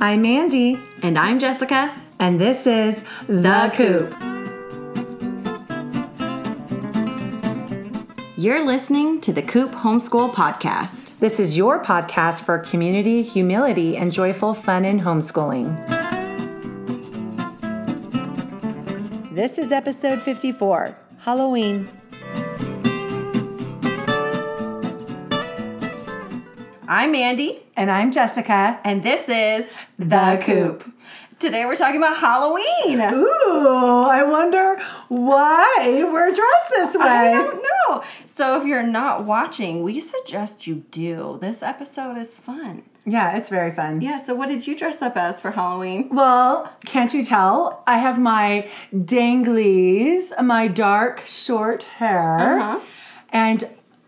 I'm Mandy, And I'm Jessica. and this is The Coop. You're listening to the Coop Homeschool Podcast. This is your podcast for community, humility, and joyful fun in homeschooling. This is episode 54 Halloween. I'm Mandy, And I'm Jessica. and this is The Coop. Today we're talking about Halloween. Ooh, I wonder why we're dressed this I way. Oh, don't know. So if you're not watching, we suggest you do. This episode is fun. Yeah, it's very fun. Yeah, so what did you dress up as for Halloween? Well, can't you tell? I have my danglies, my dark short hair, Uh-huh. and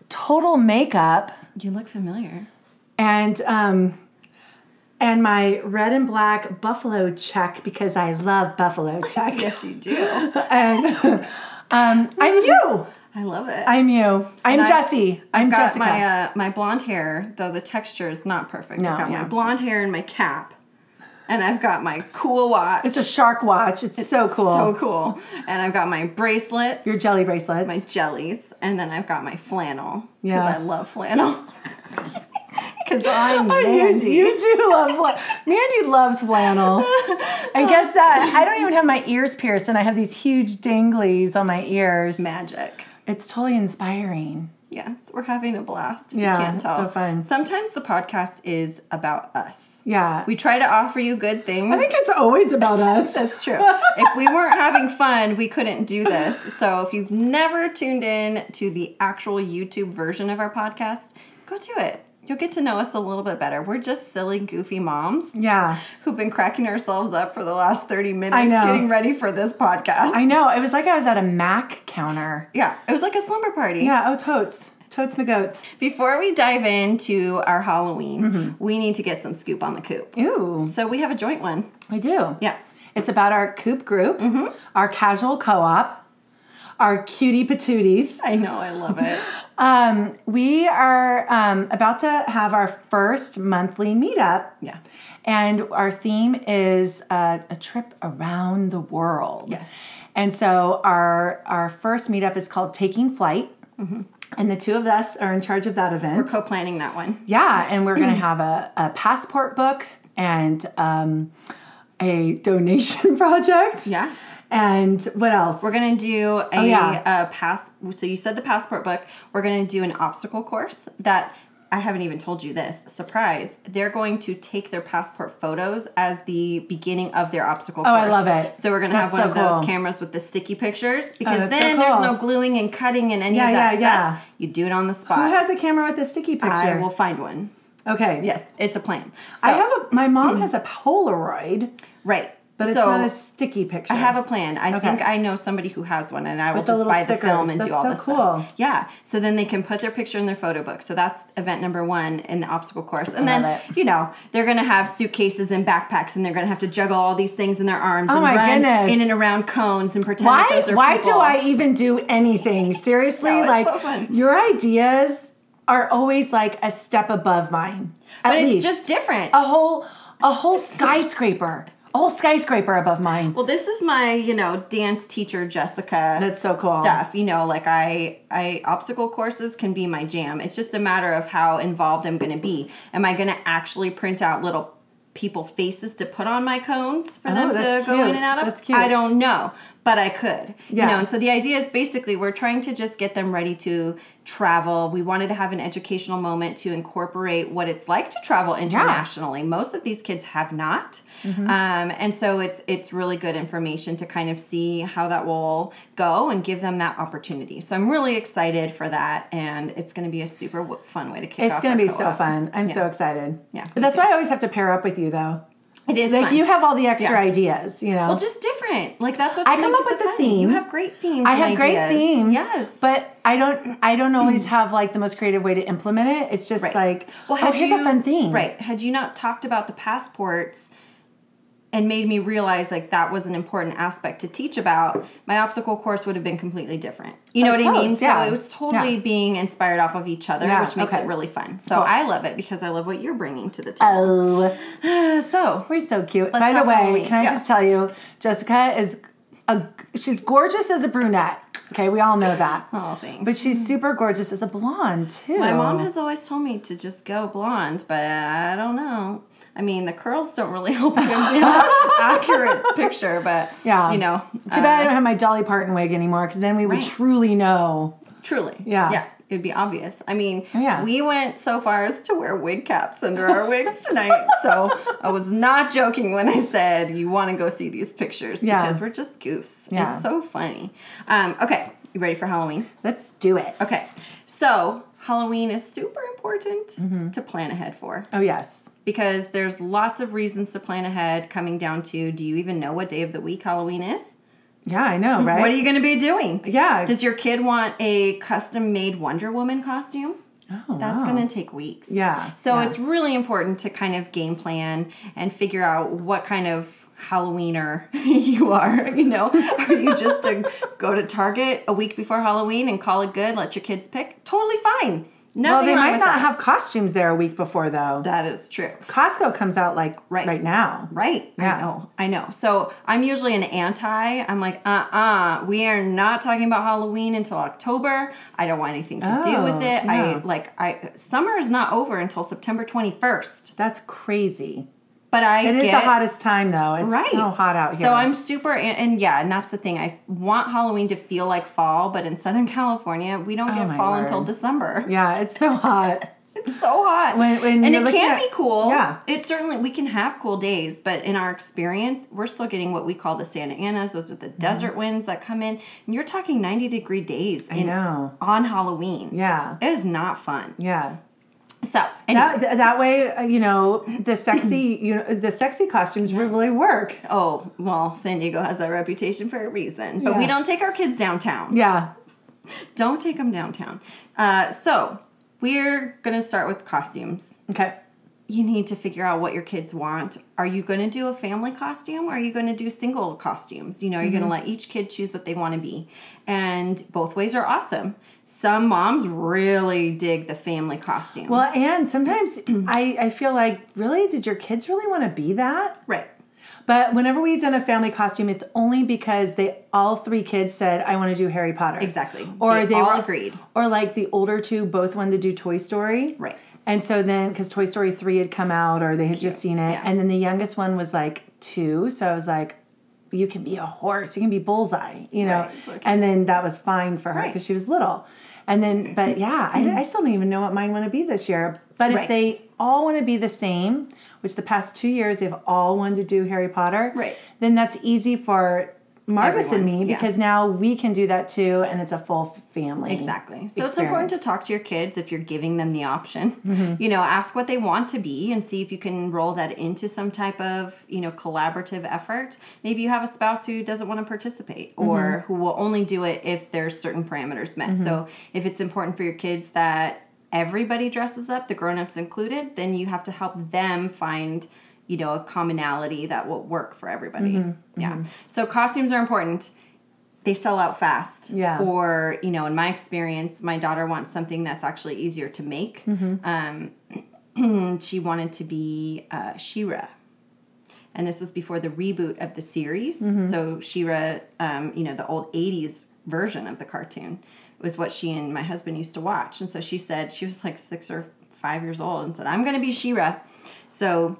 total makeup, You look familiar. and um, and my red and black buffalo check because I love buffalo check. Yes, you do. and um, I'm you. I love it. I'm you. I'm I've- Jessie. I'm got Jessica. my uh, my blonde hair, though the texture is not perfect. No, I've got yeah. my blonde hair and my cap, and I've got my cool watch. it's a shark watch. It's, so cool. So cool. And I've got my bracelet, Your jelly bracelets. my jellies, and then I've got my flannel. 'cause Yeah. I love flannel. Because I'm Oh, you- Mandy. You, do love flannel. Mandy loves flannel. And guess that I don't even have my ears pierced, and I have these huge danglies on my ears. Magic. It's totally inspiring. Yes, we're having a blast. if Yeah, you can't it's tell. so fun. Sometimes the podcast is about us. Yeah, We try to offer you good things. I think it's always about us. That's true. if we weren't having fun, we couldn't do this. So if you've never tuned in to the actual YouTube version of our podcast, go do it. You'll get to know us a little bit better. We're just silly, goofy moms Yeah, who've been cracking ourselves up for the last 30 minutes I know. getting ready for this podcast. I know. It was like I was at a Mac counter. yeah, it was like a slumber party. Yeah. Oh, totes, totes, McGoats. Before we dive into our Halloween, we need to get some scoop on the coop. Ooh, So we have a joint one. we do. Yeah. It's about our coop group, our casual co-op, our cutie patooties. I know, I love it. Um, we are um, about to have our first monthly meetup, Yeah. and our theme is uh, a trip around the world. Yes. And so our our first meetup is called Taking Flight, and the two of us are in charge of that event. Mm-hmm. Co planning that one. Yeah, and we're gonna have a, a passport book and um, a donation project. Yeah. And what else? We're gonna do a, Oh, yeah. uh pass. So you said the passport book. We're gonna do an obstacle course that I haven't even told you this. Surprise! They're going to take their passport photos as the beginning of their obstacle course. Oh, I love it. So we're gonna That's have one so of those cool. Oh, cameras with the sticky pictures because that's so then there's cool. no gluing and cutting and any Yeah, of yeah, that yeah. stuff. You do it on the Who spot. has a camera with a sticky picture? I will find one. okay. Yes, it's a plan. I So- have a. My mom has a Polaroid, right. but it's so not a sticky picture. I have a plan. I Okay. think I know somebody who has one, and I will the just little buy the film stickers. and That's do all so this cool. stuff. Yeah. So then they can put their picture in their photo book. So that's event number one in the obstacle course. And Love then it. you know they're gonna have suitcases and backpacks, and they're gonna have to juggle all these things in their arms and Oh my run goodness. in and around cones and pretend Why? that those are Why people. do I even do anything? Seriously, No, it's like so fun. your ideas are always like a step above mine. At But it's least just different. a whole a whole skyscraper, a whole skyscraper above mine. Well, this is my, you know, dance teacher Jessica. That's so cool. Stuff, you know, like I, I obstacle courses can be my jam. It's just a matter of how involved I'm going to be. Am I going to actually print out little people faces to put on my cones for Oh, them to that's go in cute. and out of? That's cute. I don't know, but I could. Yeah. You know, and so the idea is basically we're trying to just get them ready to travel. We wanted to have an educational moment to incorporate what it's like to travel internationally. Most of these kids have not, Mm-hmm. um, and so it's it's really good information to kind of see how that will go and give them that opportunity. So I'm really excited for that, and it's going to be a super w- fun way to kick off. It's gonna our be so co-op. fun. I'm so excited. Yeah, me that's why I always have to pair up with you though. It is Like fun. you have all the extra Yeah. ideas. You know, well, just different. Like that's what I come up with the theme. You have great themes. I and have great ideas. themes. Yes. but I don't. I don't always have like the most creative way to implement it. It's just like, well, had here's a fun theme. Right. Had you not talked about the passports and made me realize like that was an important aspect to teach about, my obstacle course would have been completely different. You know Oh, what I mean? totes, yeah. So it was totally Yeah. being inspired off of each other, Yeah, which makes okay. it really fun. So Cool. I love it because I love what you're bringing to the table. Oh, so we're so cute. By the talk way, Halloween. can I Yeah. just tell you, Jessica is a she's gorgeous as a brunette. Okay, we all know that. oh, thanks. But she's super gorgeous as a blonde too. My mom has always told me to just go blonde, but I don't know. I mean, the curls don't really help you get an accurate picture, but Yeah. you know, uh, Too bad I don't have my Dolly Parton wig anymore, because then we would Right. truly know. truly, Yeah. yeah, it'd be obvious. I mean, Yeah. we went so far as to wear wig caps under our wigs tonight, so I was not joking when I said you want to go see these pictures Yeah. because we're just goofs. Yeah. It's so funny. Um, okay, you ready for Halloween? Let's do it. Okay, so Halloween is super important Mm-hmm. to plan ahead for. Oh yes. because there's lots of reasons to plan ahead coming down to do you even know what day of the week Halloween is? Yeah, I know, right? What are you going to be doing? yeah. Does your kid want a custom made Wonder Woman costume? oh, That's wow. going to take weeks. Yeah. So yeah. it's really important to kind of game plan and figure out what kind of Halloweener you are. You know, are you just to go to Target a week before Halloween and call it good, let your kids pick? Totally fine. Nothing well, they wrong might with not that. have costumes there a week before though. That is true. Costco comes out like right, Right. now. Right. Yeah. I know. I know. So I'm usually an anti. I'm like, uh uh we are not talking about Halloween until October. I don't want anything to do Oh, with it. yeah. I like I summer is not over until September twenty first. That's crazy. But I It is get the hottest time though. It's right. so hot out here. So I'm super and, and yeah, and that's the thing. I want Halloween to feel like fall, but in Southern California, we don't get Oh my fall word. until December. Yeah, it's so hot. It's so hot. When- when and you're it looking can at- be cool. Yeah. It certainly, we can have cool days, but in our experience, we're still getting what we call the Santa Anas. Those are the Mm-hmm. desert winds that come in. And you're talking 90 degree days I in- know. on Halloween. Yeah. It is not fun. Yeah. So, anyway. That, th- that way, uh, you know, the sexy, you know, the sexy costumes really work. Oh, well, San Diego has that reputation for a reason. But we Yeah. don't take our kids downtown. Yeah. Don't take them downtown. Uh, so, we're going to start with costumes. Okay. you need to figure out what your kids want. Are you going to do a family costume? Or are you going to do single costumes? You know, you're going to let each kid choose what they want to be. And both ways are awesome. Some moms really dig the family costume. Well, and sometimes I, I feel like, really, did your kids really want to be that? right. But whenever we've done a family costume, it's only because they all three kids said, "I want to do Harry Potter." Exactly. Or They they, all were- agreed. Or like the older two both wanted to do Toy Story. Right. And so then, because Toy Story three had come out, or they had just seen it, Yeah. and then the youngest one was like two, so I was like. You can be a horse. You can be bullseye. You know, Right, it's okay. and then that was fine for her Right. Mm-hmm. because she was little. And then, but yeah, I, I still don't even know what mine want to be this year. But if Right. they all want to be the same, which the past two years they've all wanted to do Harry Potter, Right. then that's easy for Marcus and Everyone, me yeah. because now we can do that too, and it's a full family. Exactly. So it's important to experience. Mm-hmm. talk to your kids if you're giving them the option. You know, ask what they want to be and see if you can roll that into some type of, you know, collaborative effort. Maybe you have a spouse who doesn't want to participate Mm-hmm. or who will only do it if there's certain parameters met. So if it's important for your kids that everybody dresses up, the grown-ups included, then you have to help them find you know, a commonality that will work for everybody. Mm-hmm. Yeah. So costumes are important they sell out fast. Yeah. Or, you know, in my experience, my daughter wants something that's actually easier to make. Um, she wanted to be uh, Shira. And this was before the reboot of the series. So Shira, um, you know, the old 80s version of the cartoon was what she and my husband used to watch. And so she said, she was like six or five years old and said, I'm going to be Shira. So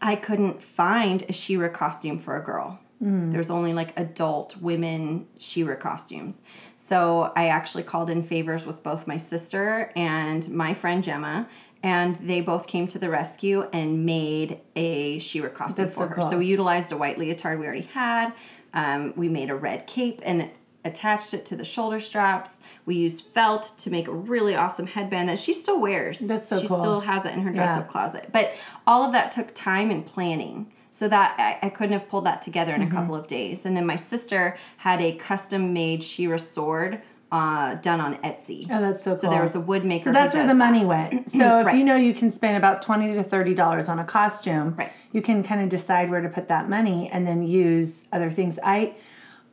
I couldn't find a Shira costume for a girl. Hmm. There's only like adult women Shira costumes. So I actually called in favors with both my sister and my friend Gemma, and they both came to the rescue and made a Shira costume That's for so her. cool. So we utilized a white leotard we already had. Um, we made a red cape and attached it to the shoulder straps. We used felt to make a really awesome headband that she still wears. That's so she cool. still has it in her dress Yeah. up closet. But all of that took time and planning. So that I, I couldn't have Mm-hmm. pulled that together in a couple of days. And then my sister had a custom made Shira sword uh, done on Etsy. Oh, that's so cool. So there was a wood maker. So that's who where does the money went. So if Right. you know you can spend about twenty to thirty dollars on a costume, Right. you can kind of decide where to put that money and then use other things. I,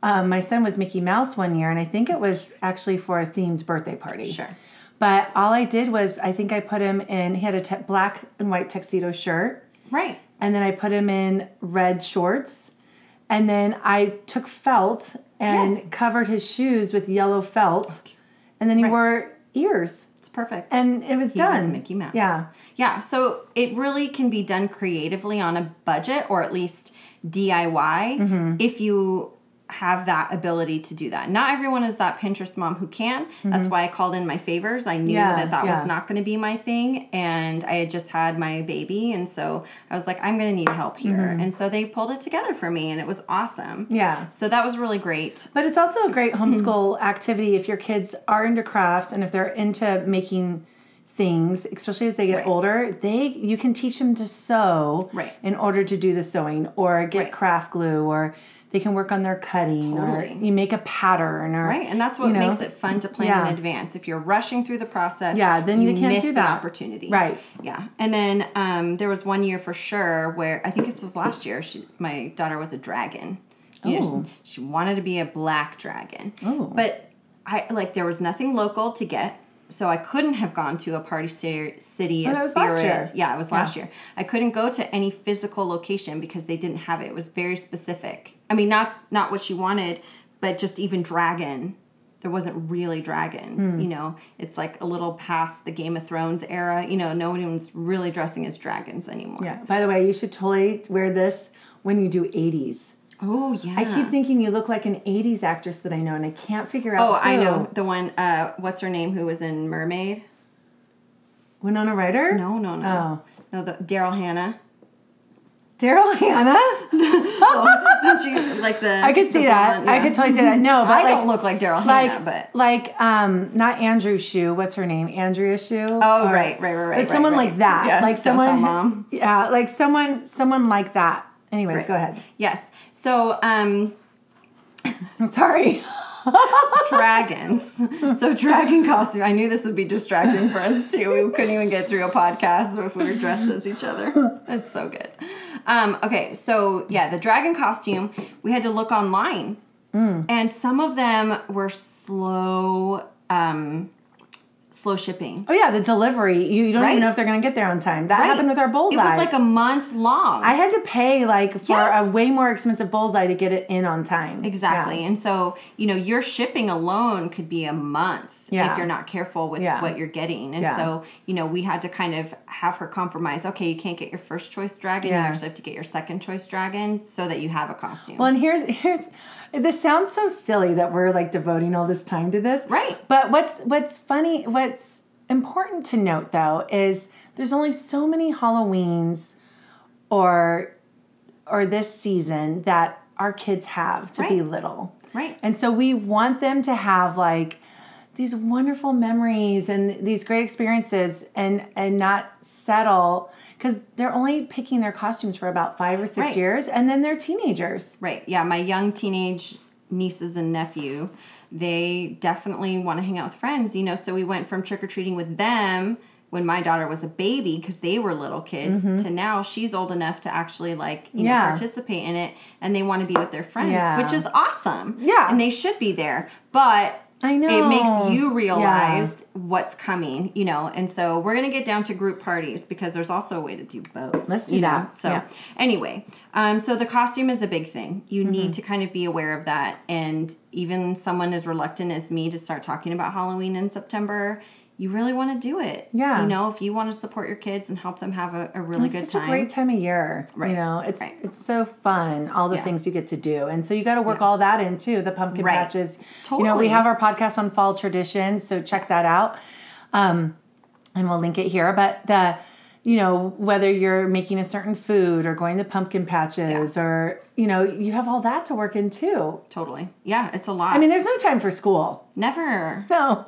um, my son was Mickey Mouse one year, and I think it was actually for a themed birthday party. Sure. But all I did was I think I put him in. He had a te- black and white tuxedo shirt, Right. and then I put him in red shorts, and then I took felt and Yes. covered his shoes with yellow felt, and then he wore ears It's perfect. and it was was done. Mickey Mouse. Yeah. Yeah, so it really can be done creatively on a budget or at least DIY Mm-hmm. if you have that ability to do that. Not everyone is that Pinterest mom who can. That's why I called in my favors. I knew Mm-hmm. Yeah, that that yeah. was not going to be my thing and I had just had my baby and so I was like I'm going to need help here. And so they pulled it together for me and it was awesome. Mm-hmm. Yeah. So that was really great. But it's also a great Hmm. homeschool activity if your kids are into crafts and if they're into making things, especially as they get Right. older, they you can teach them to sew Right. in order to do the sewing or get Right. craft glue or they can work on their cutting Totally. or you make a pattern or Right, and that's what you know? makes it fun to plan Yeah. in advance. If you're rushing through the process, Yeah, then you can't miss do the that. opportunity. Right. Yeah, and then um, there was one year for sure where I think it was last year. She, my daughter was a dragon. You know, she, she wanted to be a black dragon. Oh. but I like there was nothing local to get. So I couldn't have gone to a party ci- city Oh, or that was last spirit. year. Yeah, it was last year. I couldn't go to any physical location because they didn't have it. It was very specific. I mean, not not what she wanted, but just even dragon. There wasn't really dragons, Hmm. you know. It's like a little past the Game of Thrones era. You know, no one's really dressing as dragons anymore. Yeah. By the way, you should totally wear this when you do 80s. Oh yeah. I keep thinking you look like an 80s actress that I know and I can't figure out Oh, I who. know the one. Uh, what's her name? Who was in Mermaid? Winona Ryder? Oh. No, no, no. No, the Daryl Hannah. Daryl Hannah? Don't you like the? I could see that. I could totally see that. No, but I like, don't look like Daryl like, Hannah, but like, um, not Andrew Shoe. What's her name? Andrea Shoe. oh, right, right, right, right. like right, someone right. like that. Yeah, like don't someone. tell mom. Yeah, like someone, someone like that. Anyways, go ahead. Yes. So, um, I'm sorry. dragons. so, dragon costume. I knew this would be distracting for us too. We couldn't even get through a podcast if we were dressed as each other. It's so good. Um, okay, so yeah, the dragon costume. We had to look online, and some of them were slow. Um, slow shipping. Oh yeah, the delivery. You, you don't Right. even know if they're gonna get there on time. That Right. happened with our bullseye. It was like a month long. I had to pay like for Yes. a way more expensive bullseye to get it in on time. exactly. And so, you know, your shipping alone could be a month Yeah. if you're not careful with Yeah. what you're getting. And Yeah. so, you know, we had to kind of have her compromise. Okay, you can't get your first choice dragon. Yeah. You actually have to get your second choice dragon so that you have a costume. Well, and here's here's this sounds so silly that we're like devoting all this time to this. Right. But what's what's funny what's important to note though is there's only so many Halloweens or or this season that our kids have to be Right. little. right. And so we want them to have like these wonderful memories and these great experiences and and not settle because they're only picking their costumes for about five or six Right. years and then they're teenagers. Right. Yeah, my young teenage nieces and nephew, they definitely want to hang out with friends, you know, so we went from trick or treating with them when my daughter was a baby because they were little kids to now she's old enough to actually like, you Mm-hmm. Yeah. know, participate in it and they want to be with their friends, Yeah. which is awesome. Yeah. And they should be there. But I know. it makes you Yeah. realize what's coming, you know. And so we're gonna get down to group parties because there's also a way to do both. Let's do you know? that. So Yeah. anyway, um, so the costume is a big thing. You Mm-hmm. need to kind of be aware of that. And even someone as reluctant as me to start talking about Halloween in September, you really want to do it. Yeah. You know, if you want to support your kids and help them have a, a really good It's such time. a great time of year. You Right, know, it's right. it's so fun, all the Yeah. things you get to do. And so you gotta work all that in too, the pumpkin Right. patches. You know, we Totally. have our podcast on fall traditions, so check that out. Um and we'll link it here. But the you know, whether you're making a certain food or going to pumpkin patches or you know, you have all that to work in too. totally. Yeah, it's a lot. I mean, there's no time for school. never. No.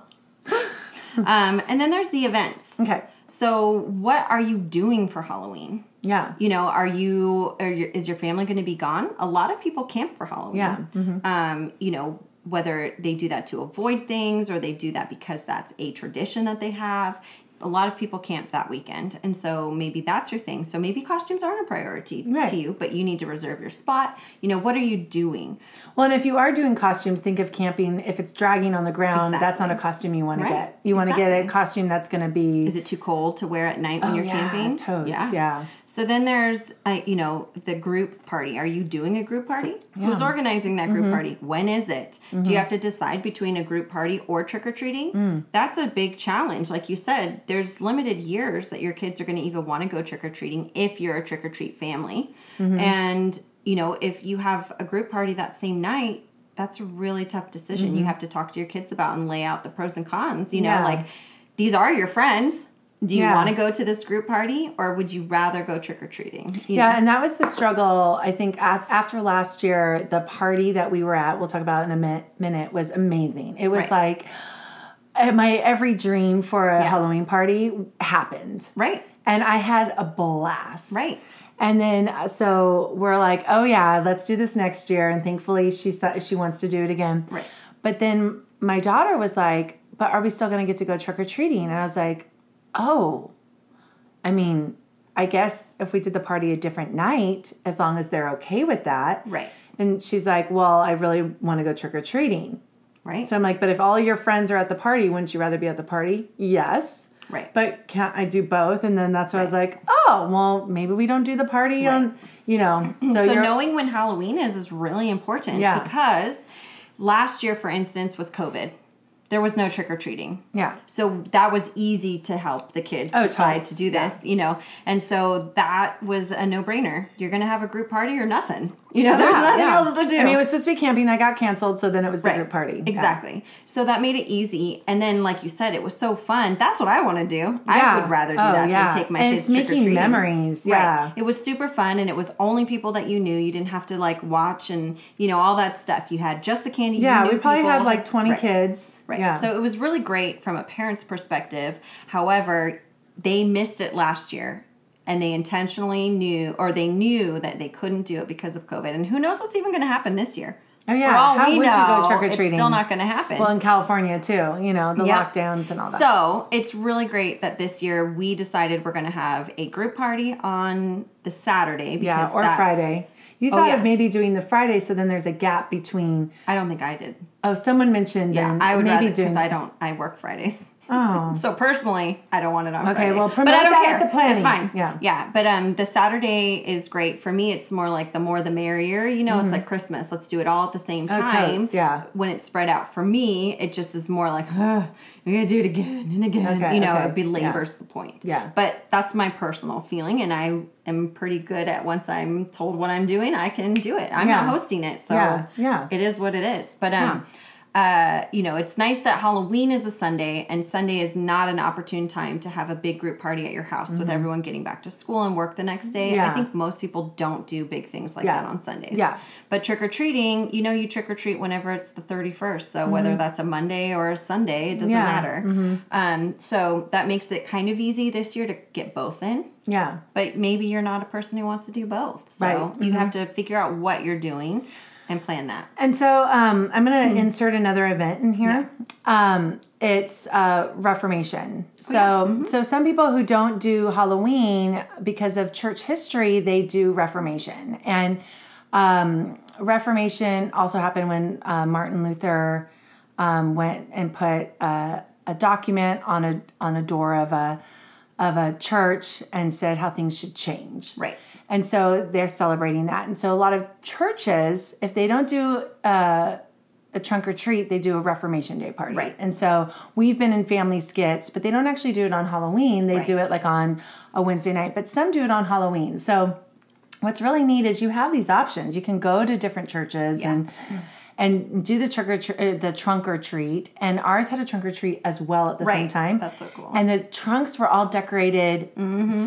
um, and then there's the events. Okay. So what are you doing for Halloween? Yeah. you know are you, are your, is your family going to be gone a lot of people camp for halloween Yeah, um you know whether they do that to avoid things or they do that because that's a tradition that they have. A lot of people camp that weekend, and so maybe that's your thing. So maybe costumes aren't a priority Right. to you, but you need to reserve your spot. You know, what are you doing? Well, and if you are doing costumes, think of camping. If it's dragging on the ground, that's not a costume you want Right. to get. You want to get a Exactly. costume that's going to be Oh, Is it too cold to wear at night when you're yeah, camping? totes, yeah. So then there's, uh, you know, the group party. Are you doing a group party? Who's organizing that Mm-hmm. group party? When is it? Do you have to decide between a group party or trick or treating? Mm. That's a big challenge. Like you said, there's limited years that your kids are going to even want to go trick or treating if you're a trick or treat family. Mm-hmm. And, you know, if you have a group party that same night, that's a really tough decision you have to talk to your kids about and lay out the pros and cons. You know, Mm-hmm. Yeah. like these are your friends. Do you Yeah. want to go to this group party or would you rather go trick or treating? Yeah, and that was the struggle. I think af- after last year, the party that we were at, we'll talk about in a min- minute, was amazing. It was Right. like eh, my every dream for a Yeah. Halloween party happened. Right. And I had a blast. Right. And then uh, so we're like, "Oh yeah, let's do this next year." And thankfully she sa- she wants to do it again. Right. But then my daughter was like, "But are we still going to get to go trick or treating?" And I was like, "Oh, I mean, I guess if we did the party a different night, as long as they're okay with that. Right. And she's like, Well, I really want to go trick or treating. Right. So I'm like, But if all your friends are at the party, wouldn't you rather be at the party? Yes. right. But can't I do both? And then that's where I was like, Oh, well, maybe we don't do the party on, you know. So, so you're, knowing when Halloween is is really important Yeah. because last year, for instance, was COVID. There was no trick or treating. yeah. So that was easy to help the kids Oh, decide totally. to do this, you know. And so that was a no-brainer. You're going to have a group party or nothing. You know, there's Yeah, nothing yeah. else to do. I mean, it was supposed to be camping. That got canceled. So then it was the Right. group party. Yeah. Exactly. So that made it easy. And then, like you said, it was so fun. That's what I want to do. I Yeah. would rather do Oh, that yeah. than take my And kids it's making trick-or-treating. memories, yeah. It was super fun and it was only people that you knew. You didn't have to like watch and, you know, all that stuff. You had just the candy. you Yeah. knew We probably people. had like 20 Right. kids. Right. Yeah. So it was really great from a parent's perspective. However, they missed it last year and they intentionally knew or they knew that they couldn't do it because of COVID. And who knows what's even going to happen this year? Oh, yeah. For all How we would you know, go trick-or-treating? It's still not going to happen. Well, in California too, you know, the Yeah. lockdowns and all that. So it's really great that this year we decided we're going to have a group party on the Saturday. Because yeah, or that's- Oh, Friday. You thought yeah. of maybe doing the Friday, so then there's a gap between. I don't think I did. Oh, someone mentioned. Yeah, then I would maybe rather because doing. I don't. I work Fridays. Oh, So personally, I don't want it on Okay, Friday. well, but promote I don't that care. at the planning. It's fine. Yeah. yeah. But um, the Saturday is great for me. It's more like the more the merrier. You know, it's like Christmas. Let's do it all at the same Mm-hmm. Oh, totes, time. yeah. When it's spread out for me, it just is more like Ugh, we're gonna do it again and again. Okay, you know, okay, it belabors the point. Yeah. But that's my personal feeling, and I am pretty good at once I'm told what I'm doing, I can do it. I'm Yeah. not hosting it, so Yeah, yeah. it is what it is. But um, uh, you know, it's nice that Halloween is a Sunday, and Sunday is not an opportune time to have a big group party at your house with everyone getting back to school and work the next day. I Mm-hmm. Yeah. think most people don't do big things like Yeah. that on Sundays. Yeah. But trick or treating, you know, you trick or treat whenever it's the 31st. So whether that's a Monday or a Sunday, it doesn't Mm-hmm. Yeah. Mm-hmm. matter. Um, so that makes it kind of easy this year to get both in. yeah. But maybe you're not a person who wants to do both. So Right. Mm-hmm. you have to figure out what you're doing and plan that. And so um, I'm going to insert another event in here. Um, it's uh, Reformation. So, so some people who don't do Halloween because of church history, they do Reformation. And um, Reformation also happened when uh, Martin Luther um, went and put a, a document on a on a door of a of a church and said how things should change. Right. And so they're celebrating that. And so a lot of churches, if they don't do uh, a trunk or treat, they do a Reformation Day party. Right. And so we've been in family skits, but they don't actually do it on Halloween. They do Right. it like on a Wednesday night, but some do it on Halloween. So what's really neat is you have these options. You can go to different churches and and do the trick or tr- uh, the trunk or treat. And ours had a trunk or treat as well at the same Right. time. That's so cool. Mm-hmm. And the trunks were all decorated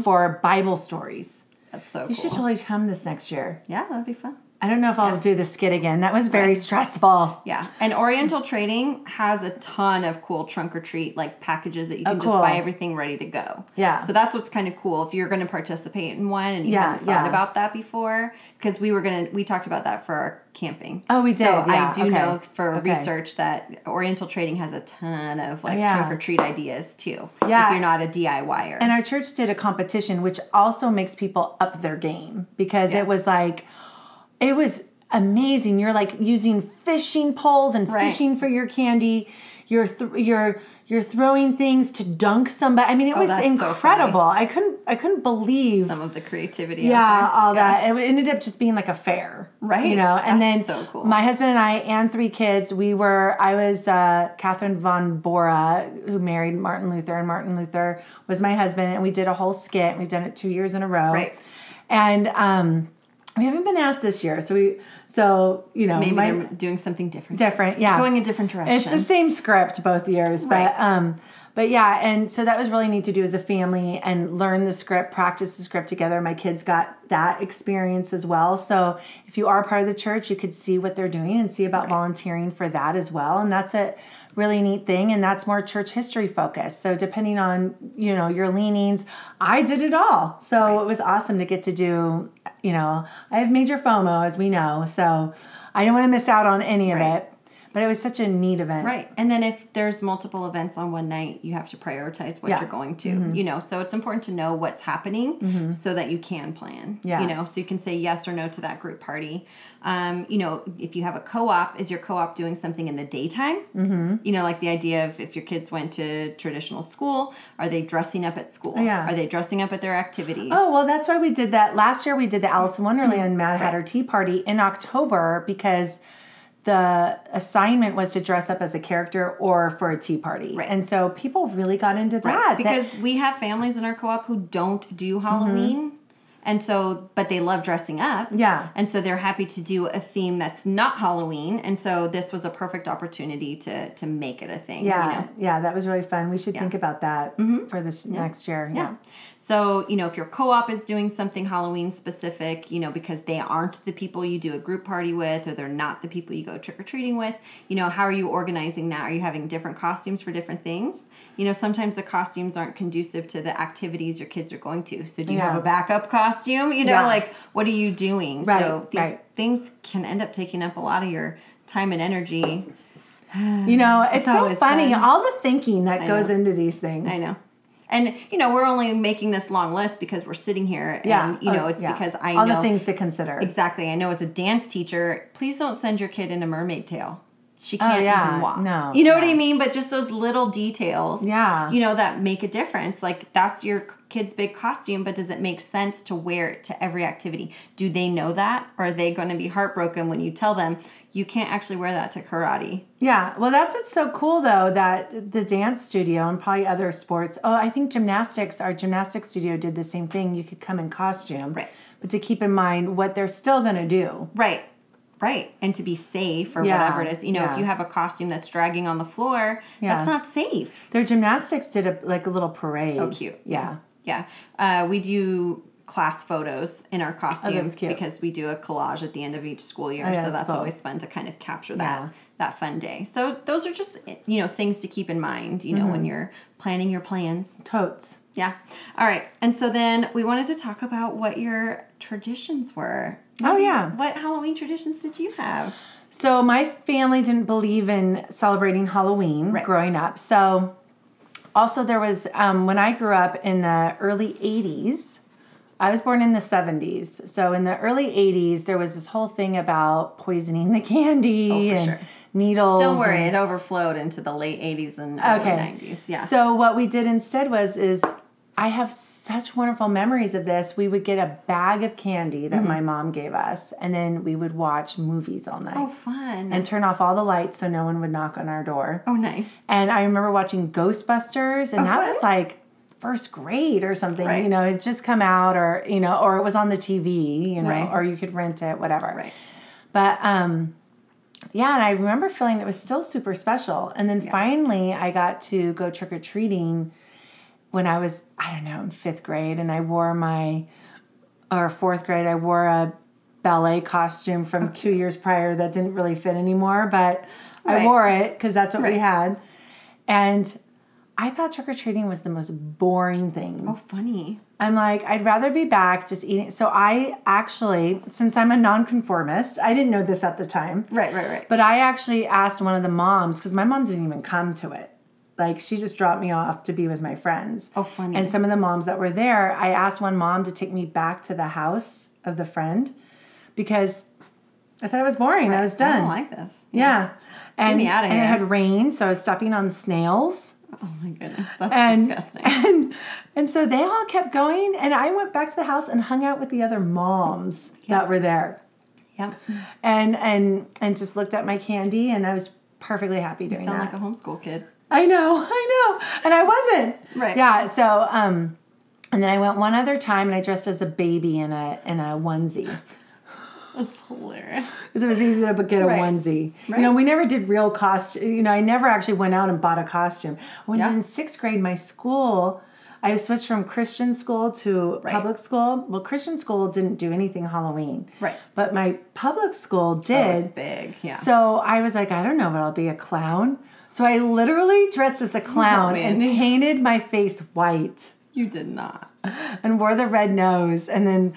for Bible stories. That's so You should cool. totally come this next year. yeah, that'd be fun. I don't know if I'll do the skit again. That was very stressful. Yeah. And Oriental Trading has a ton of cool trunk or treat like packages that you can Oh, cool. just buy everything ready to go. Yeah. So that's what's kind of cool if you're going to participate in one and you Yeah, haven't thought yeah. about that before because we were going to we talked about that for our camping. Oh, we did. So yeah. I do okay. know for Okay. research that Oriental Trading has a ton of like Yeah. trunk or treat ideas too. Yeah. If you're not a DIYer. And our church did a competition, which also makes people up their game because Yeah. it was like, it was amazing. You're like using fishing poles and Right. fishing for your candy. You're th- you're you're throwing things to dunk somebody. I mean, it was Oh, that's so funny. incredible. I couldn't I couldn't believe some of the creativity. out yeah, there. all Yeah. that. It ended up just being like a fair, Right. You know, and That's then so cool. my husband and I and three kids. We were. I was uh, Catherine von Bora, who married Martin Luther, and Martin Luther was my husband, and we did a whole skit. We've done it two years in a row, Right. And um, we haven't been asked this year, so we. So you know, Maybe my- they're doing something different. different. Yeah, Going a different direction. it's the same script both years, Right. but um, but yeah, and so that was really neat to do as a family and learn the script, practice the script together. My kids got that experience as well. So if you are part of the church, you could see what they're doing and see about volunteering for that as well. And that's a really neat thing, and that's more church history focused. So depending on you know your leanings, I did it all. So it was awesome to get to do. You know, I have major FOMO as we know, so I don't want to miss out on any of Right. it. But it was such a neat event. Right. And then if there's multiple events on one night, you have to prioritize what Yeah. Mm-hmm. you're going to. You know, so it's important to know what's happening so that you can plan. Yeah. You know, so you can say yes or no to that group party. Um, you know, if you have a co op, is your co op doing something in the daytime? Mm-hmm. You know, like the idea of if your kids went to traditional school, are they dressing up at school? Yeah. Are they dressing up at their activities? Oh, well, that's why we did that. Last year we did the Alice Mm-hmm. in Wonderland Mad Hatter Tea Party in October because the assignment was to dress up as a character or for a tea party. Right. And so people really got into that. that- because we have families in our co-op who don't do Halloween. And so, but they love dressing up. Mm-hmm. Yeah. And so they're happy to do a theme that's not Halloween. And so this was a perfect opportunity to to make it a thing. you yeah, know? Mm-hmm. yeah, that was really fun. We should think about that for this next year. Yeah. So, you know, if your co op is doing something Halloween specific, you know, because they aren't the people you do a group party with or they're not the people you go trick or treating with, you know, how are you organizing that? Are you having different costumes for different things? You know, sometimes the costumes aren't conducive to the activities your kids are going to. So, do you have Yeah. a backup costume? You know, Yeah. like what are you doing? so, Right, these right. things can end up taking up a lot of your time and energy. You know, it's, so always funny fun. all the thinking that goes know. into these things. I know. And you know we're only making this long list because we're sitting here, and Yeah, you know oh, it's yeah. because I all know the things to consider. Exactly. I know as a dance teacher, please don't send your kid in a mermaid tail. She Oh, can't yeah. even walk. No, You know what yeah. I mean? But just those little details. Yeah. You know, that make a difference. Like that's your kid's big costume, but does it make sense to wear it to every activity? Do they know that? Or are they going to be heartbroken when you tell them you can't actually wear that to karate? Yeah, well, that's what's so cool though that the dance studio and probably other sports. Oh, I think gymnastics. Our gymnastics studio did the same thing. You could come in costume, Right. But to keep in mind what they're still going to do. Right. Right. And to be safe or Yeah. whatever it is. You know, Yeah. if you have a costume that's dragging on the floor, Yeah. that's not safe. Their gymnastics did a like a little parade. Oh, cute. Yeah. Yeah. Uh, we do class photos in our costumes Oh, cute. Oh, because we do a collage at the end of each school year. yeah, so that's that's cool. always fun to kind of capture that Yeah. that fun day. So those are just you know things to keep in mind, you know, Mm-hmm. when you're planning your plans. Totes. Yeah. All right. And so then we wanted to talk about what your traditions were. Oh, yeah. What Halloween traditions did you have? So my family didn't believe in celebrating Halloween growing up. So also there was um, when I grew up in the early '80s. I was born in the 70s. So in the early 80s, there was this whole thing about poisoning the candy Oh, for and sure. needles. Don't worry, and- it overflowed into the late 80s and early Okay. 90s. Yeah. So what we did instead was is I have such wonderful memories of this. We would get a bag of candy Mm-hmm. that my mom gave us, and then we would watch movies all night oh, fun. and turn off all the lights so no one would knock on our door. oh, nice. And I remember watching Ghostbusters, and that fun. was like first grade or something. Uh-huh. Right. You know, it just come out, or you know, or it was on the TV. You know, Right. or you could rent it, whatever. Right. But um, yeah, and I remember feeling it was still super special. And then finally, I got to go trick or treating when I was I don't know in fifth grade, and I wore my or fourth grade. I wore a ballet costume from two years prior that didn't really fit anymore, but I Right. wore it because that's what we Right. had. And I thought trick or treating was the most boring thing. Oh, funny. I'm like, I'd rather be back just eating. So I actually, since I'm a nonconformist, I didn't know this at the time. Right, right, right. But I actually asked one of the moms because my mom didn't even come to it. Like she just dropped me off to be with my friends. Oh, funny. And some of the moms that were there, I asked one mom to take me back to the house of the friend because I thought it was boring. I was Oh, I done. don't like this. yeah. And, me outta and it here. had rained, so I was stepping on snails Oh my goodness, that's and, disgusting. And and so they all kept going, and I went back to the house and hung out with the other moms that were there, Yep. You and and and just looked at my candy, and I was perfectly happy doing sound that. like a homeschool kid. I know, I know, and I wasn't. Right. Yeah. So um, and then I went one other time, and I dressed as a baby in a in a onesie. That's hilarious. Because it was easy to get a Right. onesie. Right. You know, we never did real costume. You know, I never actually went out and bought a costume. When Yeah. in sixth grade, my school, I switched from Christian school to Right. public school. Well, Christian school didn't do anything Halloween. Right. Oh, But my public school It's did. big. Yeah. so I was like, I don't know, but I'll be a clown. So I literally dressed as a clown and man. painted my face white you did not. and wore the red nose and then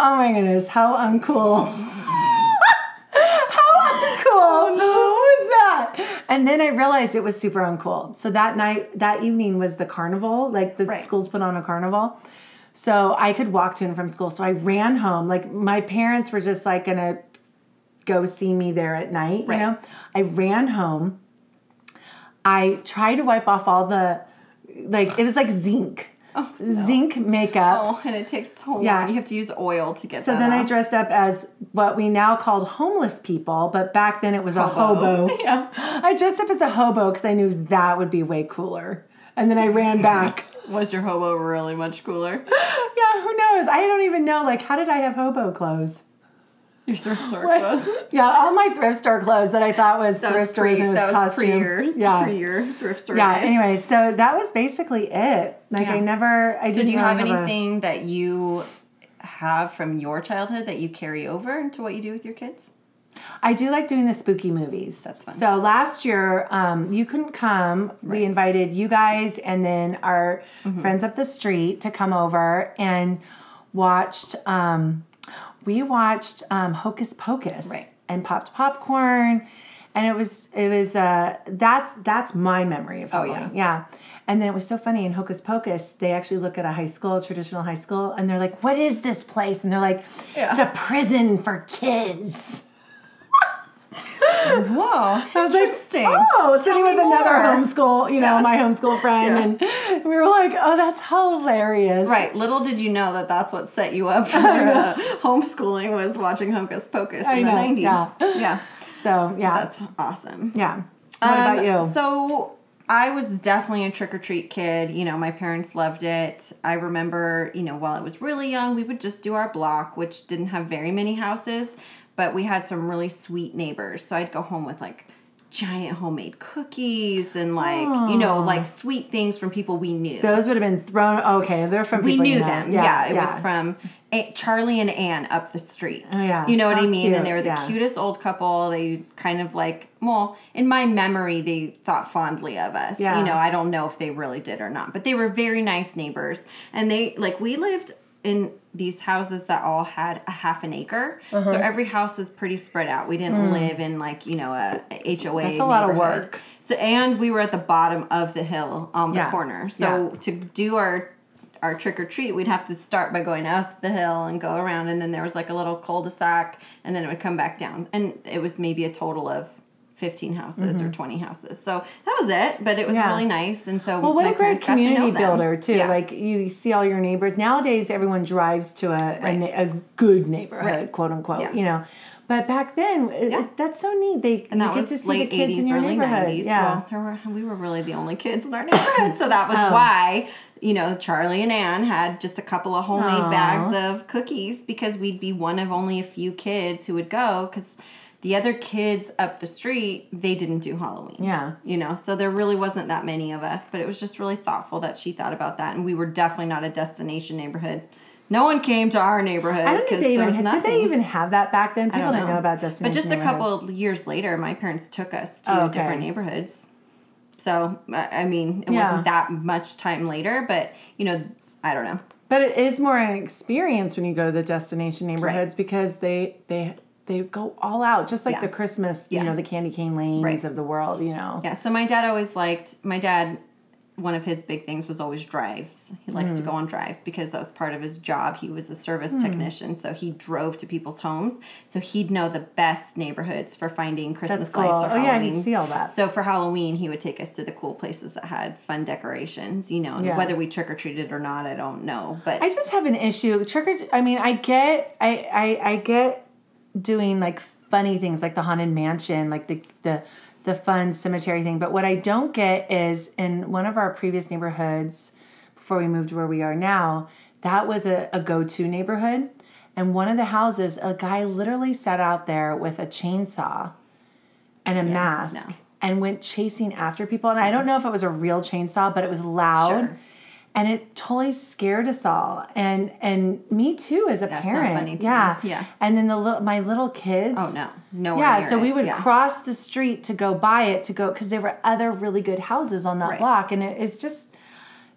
oh my goodness how uncool how Oh, uncool was that and then i realized it was super uncool so that night that evening was the carnival like the Right. schools put on a carnival so i could walk to and from school so i ran home like my parents were just like gonna go see me there at night Right. you know i ran home i tried to wipe off all the like it was like zinc zinc makeup Oh, and it takes so long. Oh, Yeah. You have to use oil to get so that. then I off. dressed up as what we now called homeless people, but back then it was a hobo. Yeah. I dressed up as a hobo because I knew that would be way cooler. And then I ran back. Was your hobo really much cooler? yeah, who knows? I don't even know. Like, how did I have hobo clothes? Your thrift store was. Yeah, all my thrift store clothes that I thought was That thrift was stores pre, and it was that was costume. pre-year, yeah. pre-year thrift store. Yeah. days. Anyway, so that was basically it. Like, I Yeah. never. I didn't. Do you really have a- anything that you have from your childhood that you carry over into what you do with your kids? I do like doing the spooky movies. That's fun. So last year, um, you couldn't come. We invited you guys and then our Mm-hmm. friends up the street to come over and watched. Um, we watched um, Hocus Pocus Right. and popped popcorn, and it was it was uh, that's that's my memory of Halloween. Oh, yeah. yeah. And then it was so funny in Hocus Pocus, they actually look at a high school, traditional high school, and they're like, "What is this place?" And they're like, Yeah. "It's a prison for kids." Whoa. I was like, Interesting. oh, sitting with another more. homeschool, you know, my homeschool friend, and we were like, oh, that's hilarious. Right. Little did you know that that's what set you up for uh, homeschooling was watching Hocus Pocus I in the know, 90s. yeah. yeah. So yeah, That's awesome. yeah. What about Um, you? So I was definitely a trick or treat kid. You know, my parents loved it. I remember, you know, while I was really young, we would just do our block, which didn't have very many houses, but we had some really sweet neighbors. So I'd go home with like giant homemade cookies and like, you know, like sweet things from people we knew. Those would have been thrown. Okay, they're from we people you knew know. them. Yeah, it was from A- Charlie and Anne up the street. Oh, yeah. you know what How I mean. cute. And they were the Yeah. cutest old couple. They kind of like, well, in my memory, they thought fondly of us. Yeah. You know, I don't know if they really did or not, but they were very nice neighbors. And they like we lived in these houses that all had a half an acre, Uh-huh. so every house is pretty spread out. We didn't live in like you know a, a HOA. Hmm. That's a lot of neighborhood. work. So, and we were at the bottom of the hill on the Yeah. corner. So to do our our trick or treat, we'd have to start by going up the hill and go around, and then there was like a little cul-de-sac, and then it would come back down, and it was maybe a total of fifteen houses or twenty houses. So that was it, but it was Mm-hmm. Yeah. really nice, and so Well, what my a great parents got to know community them. builder too. Yeah. Like you see all your neighbors nowadays. Everyone drives to a a, na- a good neighborhood, Right. quote unquote. Yeah. You know, but back then, it- Yeah. that's so neat. They And that you was get to see late the kids in eighties, your early neighborhood. nineties. Yeah. Oh. Well, there were we were really the only kids in our neighborhood, so that was why you know Charlie and Anne had just a couple of homemade Aw. bags of cookies because we'd be one of only a few kids who would go because the other kids up the street they didn't do Halloween. Yeah. you know, so there really wasn't that many of us, but it was just really thoughtful that she thought about that, and we were definitely not a destination neighborhood. No one came to our neighborhood. I don't think 'cause they there even was had, did they nothing. even have that back then? I People don't didn't know about Destiny. But just a couple years later, my parents took us to Oh, okay. different neighborhoods. So I I mean, it Yeah. wasn't that much time later, but you know, I don't know. But it is more an experience when you go to the destination neighborhoods because they they they go all out, just like Yeah. the Christmas, Yeah. you know, the candy cane lanes Right. of the world, you know. Yeah. So my dad always liked my dad. One of his big things was always drives. He likes to go Hmm. on drives because that was part of his job. He was a service technician, so he drove to people's homes. So he'd know the best neighborhoods for finding Christmas That's cool. lights or Oh yeah, Halloween. you can see all that. So for Halloween, he would take us to the cool places that had fun decorations, you know, and Yeah. whether we trick or treated or not, I don't know. But I just have an issue. Trick or I mean, I get I, I I get doing like funny things like the haunted mansion, like the the the fun cemetery thing. But what I don't get is in one of our previous neighborhoods before we moved where we are now, that was a, a go-to neighborhood. And one of the houses, a guy literally sat out there with a chainsaw and a mask no. and went chasing after people. And I don't know if it was a real chainsaw, but it was loud Sure. and it totally scared us all and and me too as a not parent funny to yeah me. Yeah. and then the little my little kids oh no, no. one yeah near so we it. would Yeah. cross the street to go buy it to go because there were other really good houses on that Right. block and it, it's just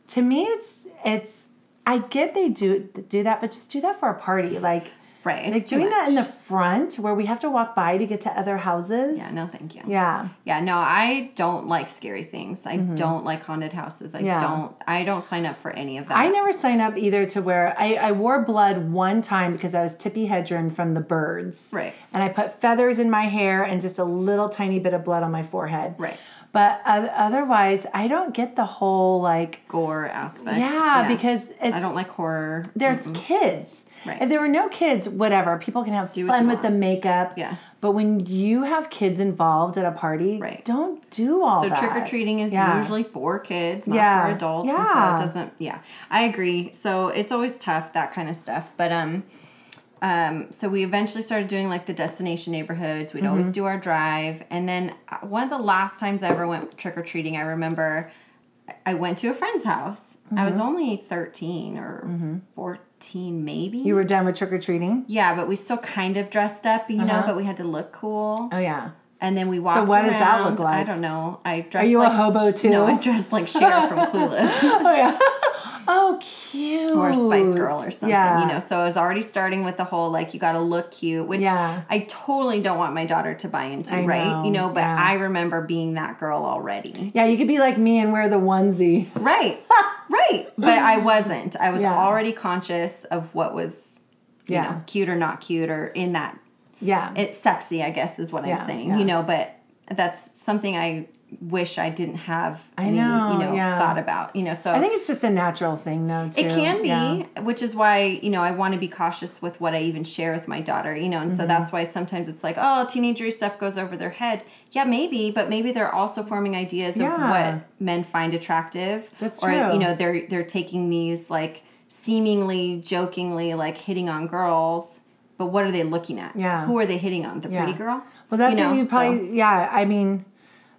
to me it's it's i get they do do that but just do that for a party like right. like it's too doing that in the much. front where we have to walk by to get to other houses yeah. No, thank you. yeah Yeah, no, I don't like scary things. I don't like haunted houses. I Mm-hmm. Yeah. don't. I don't sign up for any of that. I never sign up either to where I, I wore blood one time because I was Tippy Hedren from the birds. Right. And I put feathers in my hair and just a little tiny bit of blood on my forehead. Right. But uh, otherwise, I don't get the whole like, gore aspect. yeah, because I it's, don't like horror. there's kids. Right. If there were no kids, whatever, people can have Do what fun you with the want. makeup. Yeah. But when you have kids involved at a party, Right. don't do all So that. trick or treating is Yeah. usually for kids, not Yeah. for adults. and Yeah. so it doesn't. Yeah, I agree. So it's always tough that kind of stuff. But um, um, so we eventually started doing like the destination neighborhoods. We'd always Mm-hmm. do our drive, and then uh, one of the last times I ever went trick or treating, I remember I went to a friend's house. I Mm-hmm. was only thirteen or fourteen, maybe. You were done with trick or treating? yeah, but we still kind of dressed up, you Uh-huh. know, but we had to look cool. Oh, yeah. And then we walked. what does that look around. I like? don't know. I dressed. you a like, hobo, too? No, I dressed like Cher from Clueless Oh, yeah. oh, cute. or Spice Girl or something. Yeah. You know, so I was already starting with the whole like you got to look cute, which Yeah. I totally don't want my daughter to buy into, I right? know, You know, but yeah. I remember being that girl already. Yeah, you could be like me and wear the onesie. Right. right. But I wasn't. I was Yeah. already conscious of what was, you Yeah. know, cute or not cute or in that Yeah. it's sexy, I guess, is what Yeah, I'm saying. yeah. You know, but that's something I wish I didn't have any, know, you know, yeah. thought about. You know, so I think it's just a natural thing though too. it can be, Yeah. which is why, you know, I want to be cautious with what I even share with my daughter, you know, and Mm-hmm. so that's why sometimes it's like, oh, teenagery stuff goes over their head. Yeah, maybe, but maybe they're also forming ideas Yeah. of what men find attractive. That's or, true. you know, they're they're taking these like seemingly jokingly like hitting on girls. But what are they looking at? Yeah. Who are they hitting on? The pretty girl? Well that's You know, what you probably yeah, I mean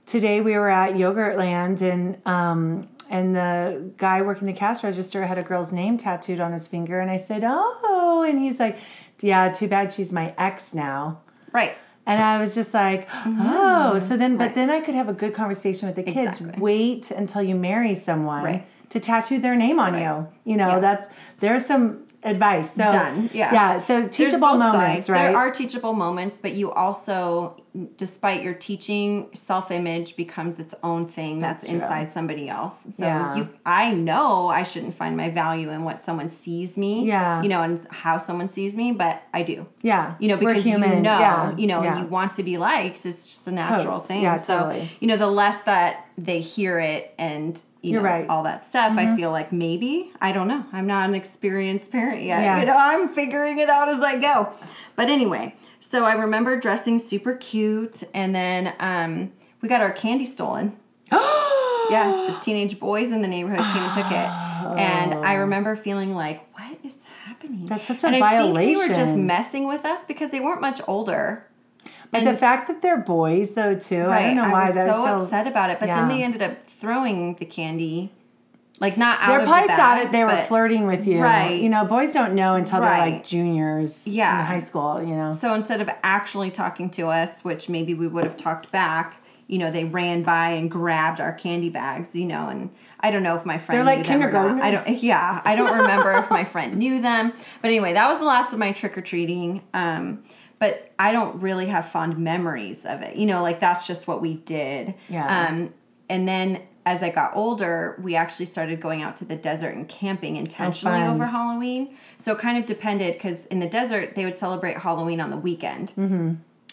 today we were at Yogurtland and um and the guy working the cash register had a girl's name tattooed on his finger and I said, "Oh." And he's like, "Yeah, too bad she's my ex now." Right. And I was just like, Mm-hmm. oh, so then, but then I could have a good conversation with the kids. Exactly. Wait until you marry someone Right. to tattoo their name on you. You know, Yeah. that's there's some advice. So Done. Yeah. yeah. So There's teachable both moments, sides. right? There are teachable moments, but you also, despite your teaching, self-image becomes its own thing that's, That's true. inside somebody else. So Yeah. you, I know I shouldn't find my value in what someone sees me. Yeah. You know, and how someone sees me, but I do. yeah, You know, We're because human. you know, yeah. you know, yeah. and you want to be liked. It's just a natural Totes. thing. Yeah, so totally. you know, the less that they hear it and you You're know right. Mm-hmm. all that stuff, I feel like maybe I don't know. I'm not an experienced parent yet. Yeah. You know, I'm figuring it out as I go. But anyway, so I remember dressing super cute, and then um, we got our candy stolen. Yeah, the teenage boys in the neighborhood came and took it, and I remember feeling like, what is happening? Oh. That's such a and I think they were just violation. messing with us because they weren't much older. but the fact that they're boys though too, I don't know why was that so feels- upset about it. But then Yeah. they ended up throwing the candy Like not out They of probably the thought bags, it, they were but- flirting with you. Right. You know, boys don't know until they're Right. like juniors Yeah. in high school, you know. Um, So instead of actually talking to us, which maybe we would have talked back, you know, they ran by and grabbed our candy bags, you know, and I don't know if my friend They're like knew them or not. I kindergartners. don't yeah, I don't remember if my friend knew them. But anyway, that was the last of my trick or treating. Um but I don't really have fond memories of it. You know, like that's just what we did. Yeah. Um and then as I got older, we actually started going out to the desert and camping intentionally fun. over Halloween. So it kind of depended because in the desert they would celebrate Halloween on the weekend,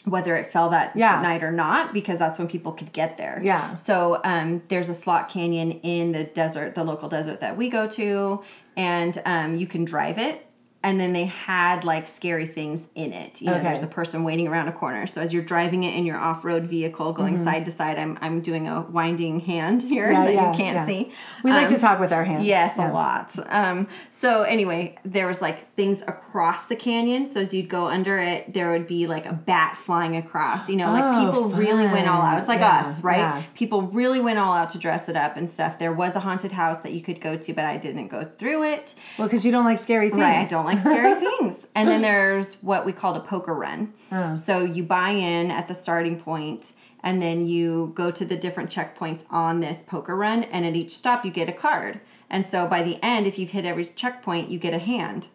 whether it fell that Mm-hmm. Yeah. night or not, because that's when people could get there. Yeah. So um, there's a slot canyon in the desert, the local desert that we go to, and um, you can drive it. And then they had like scary things in it. You know, Okay. there's a person waiting around a corner. So as you're driving it in your off-road vehicle, going side to side, I'm I'm doing a winding hand here Mm-hmm. Yeah, that yeah, you can't yeah. see. We like Um, to talk with our hands. Yes, Yeah. a lot. Um, so anyway, there was like things across the canyon. So as you'd go under it, there would be like a bat flying across. You know, like Oh, people really went all out. fun. It's like Yeah, us, right? yeah. People really went all out to dress it up and stuff. There was a haunted house that you could go to, but I didn't go through it. Well, because you don't like scary things. Right, I don't like scary things. And then there's what we called a poker run. Oh. So you buy in at the starting point, and then you go to the different checkpoints on this poker run, and at each stop you get a card. And so by the end, if you've hit every checkpoint, you get a hand.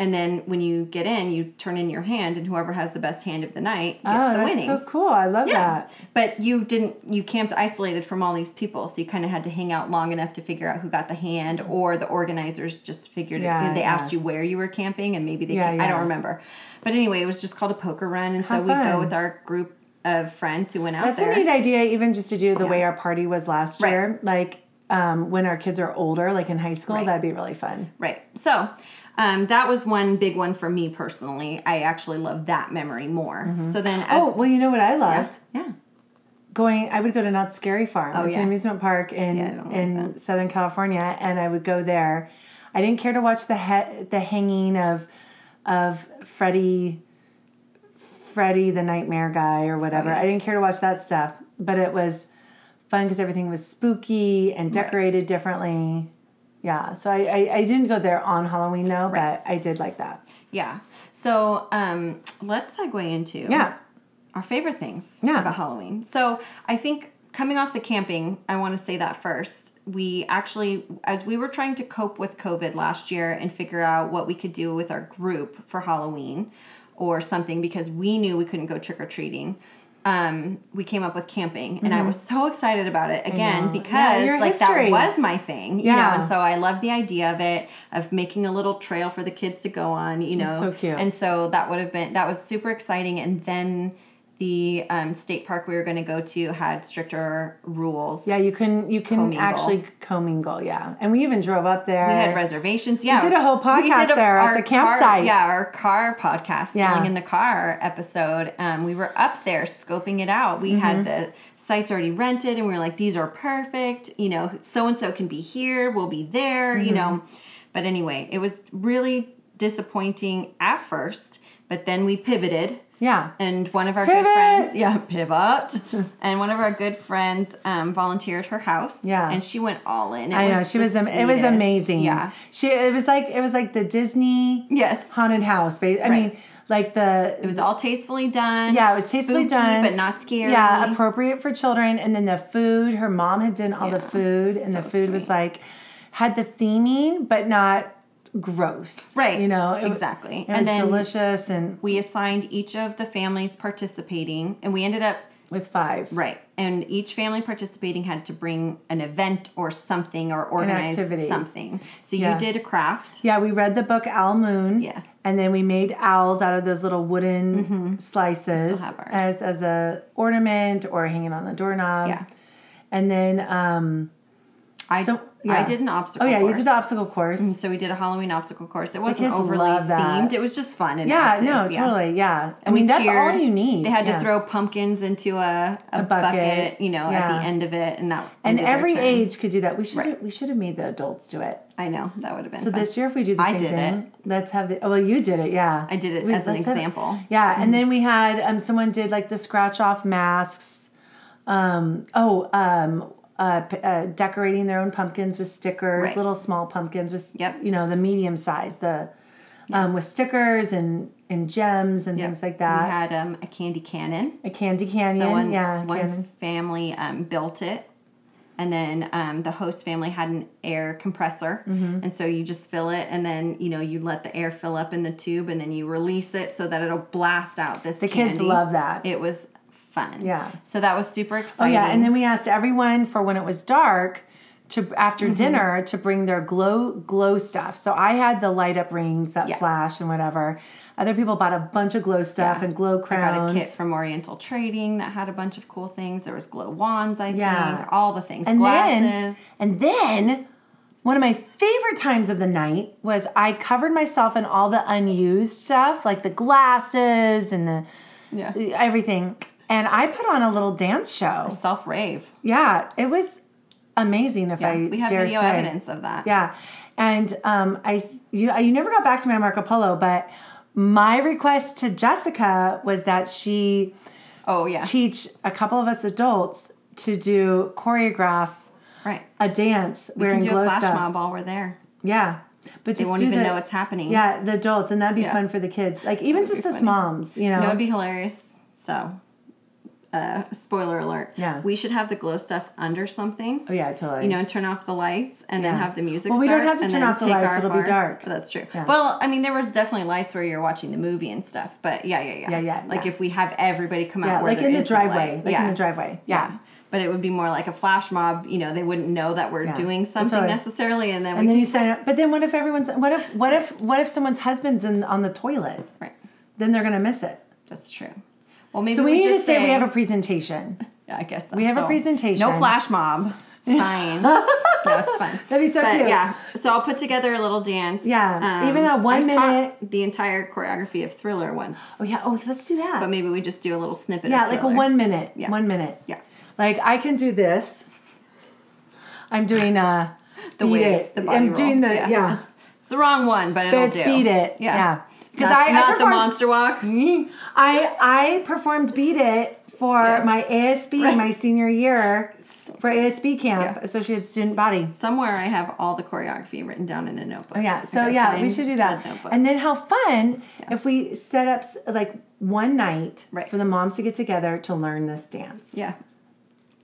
And then when you get in, you turn in your hand, and whoever has the best hand of the night gets Oh, the that's winnings. so cool. I love Yeah. that. But you didn't, you camped isolated from all these people. So you kind of had to hang out long enough to figure out who got the hand, or the organizers just figured Yeah, it. They yeah. asked you where you were camping, and maybe they, Yeah, ca- I yeah. don't remember. But anyway, it was just called a poker run. And How so we fun. go with our group of friends who went out That's there. a neat idea, even just to do the way our party was last Right. year. Like um, when our kids are older, like in high school, Right. that'd be really fun. Right. So um, that was one big one for me personally. I actually love that memory more. So then, as, Oh, well, you know what I loved? yeah. Going, I would go to Knott's Scary Farm. it's an Oh, yeah. amusement park in Yeah, I don't like in Southern California, and I would go there. I didn't care to watch the he- the hanging of of Freddy Freddy the Nightmare guy or whatever. I didn't care to watch that stuff, but it was fun because everything was spooky and decorated differently. Yeah, so I, I I didn't go there on Halloween though, but I did like that. Yeah. So um, let's segue into Yeah. our favorite things Yeah. about Halloween. So I think coming off the camping, I want to say that first. We actually, as we were trying to cope with COVID last year and figure out what we could do with our group for Halloween or something, because we knew we couldn't go trick or treating. Um, we came up with camping, and I was so excited about it again because Mm-hmm. Yeah, your like history. that was my thing, you Yeah. know. And so I love the idea of it, of making a little trail for the kids to go on, you know. so cute. And and so that would have been that was super exciting and then the um, state park we were going to go to had stricter rules Yeah, you can you can Commingle. actually commingle. Yeah, and we even drove up there. we had reservations yeah did a whole podcast there at our the campsite. car, yeah our car podcast Yeah. feeling in the car episode um, we were up there scoping it out we Mm-hmm. had the sites already rented and we were like these are perfect you know so and so can be here we'll be there Mm-hmm. you know but anyway it was really disappointing at first but then we pivoted yeah. and one of our Pivot. good friends, yeah, pivot, and one of our good friends um, volunteered her house, Yeah. and she went all in. It I know she the was. Am- it was sweetest. amazing. yeah, she. It was like it was like the Disney yes, haunted house. ba- I mean, like the it was all tastefully done. yeah, it was tastefully spooky, done, but not scary. Yeah, appropriate for children. And then the food. Her mom had done all the Yeah, food, and the so food was sweet. like had the theming, but not gross. Right. You know it was- Exactly. It And was then- delicious and we assigned each of the families participating, and we ended up with five. Right. And each family participating had to bring an event or something or organize activity. something. So Yeah. you did a craft. Yeah, we read the book Owl Moon. Yeah. Mm-hmm. And then we made owls out of those little wooden slices have ours. as as a ornament or hanging on the doorknob. Yeah. And then um I So- I yeah. did an oh obstacle. yeah, you course. Mm-hmm. did the obstacle course. So we did a Halloween obstacle course. It wasn't kids overly love that. themed. It was just fun and Yeah, active, no, yeah. totally. Yeah. I And we mean that's cheered. all you need. They had Yeah. to throw pumpkins into a, a, bucket. bucket. you know, Yeah. at the end of it, and that and ended their every turn. age could do that. We should we should have made the adults do it. I know that would have been. So fun. this year, if we do the I same did thing, let's have the. Oh, well, you did it, yeah. I did it We- as an let's have- example. Mm-hmm. yeah, and then we had um, someone did like the scratch off masks. Um, oh, um, uh, p- uh, decorating their own pumpkins with stickers, Right. little small pumpkins with Yep. you know the medium size, the um, with stickers and and gems and things like We that. had um, a candy cannon. a candy canyon, So one, yeah, one cannon. family um, built it. And then um, the host family had an air compressor. Mm-hmm. And so you just fill it and then, you know, you let the air fill up in the tube and then you release it so that it'll blast out this The kids love that. It was fun. Yeah. So that was super Oh exciting. yeah, and then we asked everyone for when it was dark to after Mm-hmm. dinner to bring their glow glow stuff. So I had the light up rings that Yeah. flash and whatever. Other people bought a bunch of glow stuff Yeah. and glow I crowns. got a kit from Oriental Trading that had a bunch of cool things. There was glow wands, I Yeah. think, all the things, and glasses. then and then one of my favorite times of the night was I covered myself in all the unused stuff, like the glasses and the yeah. everything. And I put on a little dance show. Self rave. Yeah, it was amazing. If Yeah, I we have dare video say. evidence of that. Yeah, and um, I s- you you never got back to me on Marco Polo, but my request to Jessica was that she Oh yeah. teach a couple of us adults to do choreograph right. a dance We wearing can do glow a flash stuff. mob while we're there. Yeah, but just They won't do even the, know it's happening. yeah the adults, and that'd be Yeah. fun for the kids. Like even be just us funny. moms, you know. That would be hilarious. So, uh, spoiler alert. Yeah. We should have the glow stuff under something. oh yeah, totally. You know, turn off the lights and then Yeah. have the music. Well, we don't start have to and turn then off the take lights, our it'll be far- dark. That's true. Yeah. Well, I mean, there was definitely lights where you're watching the movie and stuff, but yeah, yeah, yeah. Yeah, yeah, Like yeah. if we have everybody come out, yeah, where like there in the is a light. driveway, like yeah. in the driveway. Yeah. But it would be more like a flash mob. You know, they wouldn't know that we're Yeah. doing something Totally. necessarily, and then we And can then you sign up. But then what if everyone's what if what if what if someone's husband's in on the toilet? Right. Then they're gonna miss it. That's true. Well, maybe So we, we, need just to say, say we have a presentation. Yeah, I guess we have a presentation. No flash mob. Fine. no, it's fine. That'd be so But cute. yeah, so I'll put together a little dance. Um, Yeah, even a one I taught minute- the entire choreography of Thriller once, Oh yeah. Oh, let's do that. but maybe we just do a little snippet. yeah, of like a Thriller. one minute. Yeah. One minute. Yeah, Like I can do this. I'm doing uh the beat wave, it. the body I'm roll. doing the yeah. It's, it's the wrong one, but it'll But it's do. beat it. Yeah. Because Not, I I not the performed- monster walk. I I performed Beat It for Yeah. my ASB Right. my senior year for ASB camp, Yeah. Associated Student Body. Somewhere I have all the choreography written down in a notebook. Oh yeah, so I gotta yeah, find we should do said that. notebook. And then how fun if we set up s- like one night Right. for the moms to get together to learn this dance. Yeah.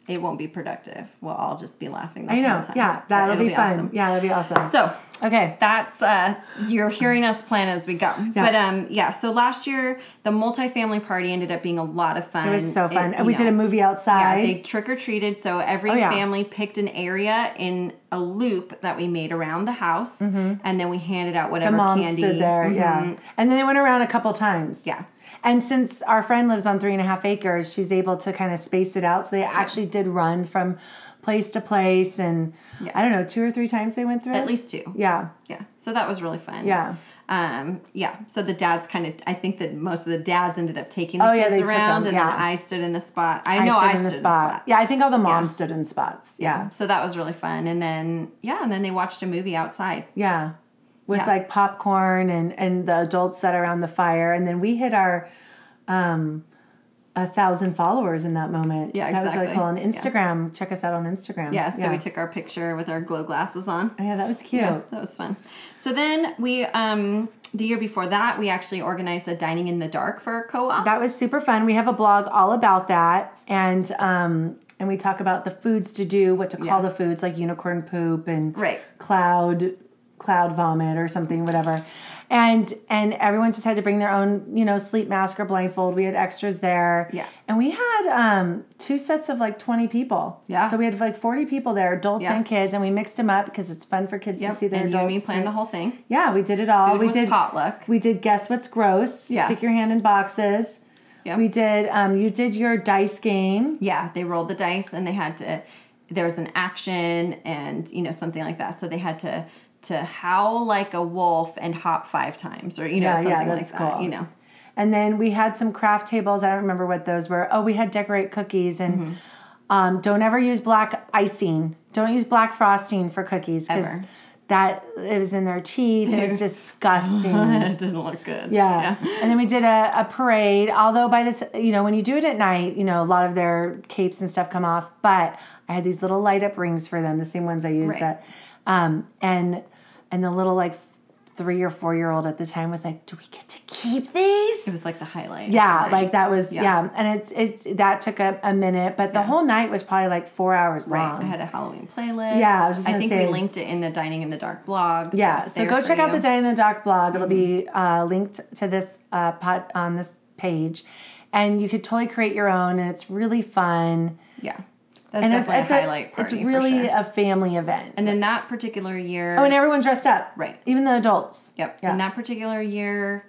It won't be productive. We'll all just be laughing. The I Whole know. time. Yeah, But that'll it'll be, fun. awesome. Yeah, that'll be awesome. So okay. that's uh, you're hearing us plan as we go. But um, yeah. So last year the multifamily party ended up being a lot of fun. It was so fun. you and we did a know, movie Yeah, outside. they trick or treated. So every yeah. family picked an area in a loop that we made around the house, and then we handed out whatever Mm-hmm. the mom candy. stood there, yeah. Mhm. And then they went around a couple times. Yeah. And since our friend lives on three and a half acres, she's able to kind of space it out. So they actually did run from place to place, and Yeah. I don't know, two or three times they went through. At least two. Yeah. Yeah. So that was really fun. Yeah. Um, yeah. So the dads kind of, I think that most of the dads ended up taking the Oh, yeah, kids they took around them, and yeah. then I stood in a spot. I know I stood, in a spot. Yeah, I think all the moms stood in spots. Yeah. So that was really fun. And then, yeah. And then they watched a movie outside. Yeah. With Yeah. like popcorn and and the adults sat around the fire, and then we hit our um a thousand followers in that moment. Yeah, That was really exactly. cool. On Yeah. Instagram, check us out on Instagram. Yeah. So we took our picture with our glow glasses on. Oh, yeah, that was cute. Yeah, that was fun. So then we, um, the year before that, we actually organized a dining in the dark for our co-op. That was super fun. We have a blog all about that, and um, and we talk about the foods to do, what to call Yeah. the foods, like unicorn poop and Right. cloud cloud vomit or something, whatever. And and everyone just had to bring their own, you know, sleep mask or blindfold. We had extras there. Yeah. And we had um, two sets of like twenty people. Yeah. So we had like forty people there, adults Yeah. and kids, and we mixed them up because it's fun for kids Yep. to see their and you adult- and me planned the whole thing. Yeah, we did it all. Food we was did potluck. we did guess what's gross. Yeah. Stick your hand in boxes. Yeah. We did. Um, you did your dice game. Yeah, they rolled the dice and they had to. There was an action and you know something like that, so they had to to howl like a wolf and hop five times, or you know Yeah, yeah, something that's like that. cool. You know, And then we had some craft tables. I don't remember what those were. Oh, we had decorate cookies and um, don't ever use black icing. Don't use black frosting for cookies Ever. that it was in their teeth. It was disgusting. it doesn't look good. Mm. Yeah. yeah. And then we did a, a parade, although by this, you know, when you do it at night, you know, a lot of their capes and stuff come off, but I had these little light up rings for them, the same ones I used Right. at, um, and, and the little like three or four year old at the time was like, do we get to keep these? It was like the highlight. Yeah, Right. like that was yeah, Yeah. and it's it's that took a, a minute, but the whole night was probably like four hours Right. long. I had a Halloween playlist. um, Yeah, I was just gonna think say- we linked it in the Dining in the Dark blog. Yeah, it's so there go for check out you. Mm-hmm. the Day in the Dark blog. It'll be uh, linked to this uh, pot on this page, and you could totally create your own, and it's really fun. Yeah. That's And it's, definitely it's a a- highlight it's party. for really sure. a family event, And then that particular year. oh, and everyone dressed up, Right. Even the adults. Yep. Yeah. In that particular year,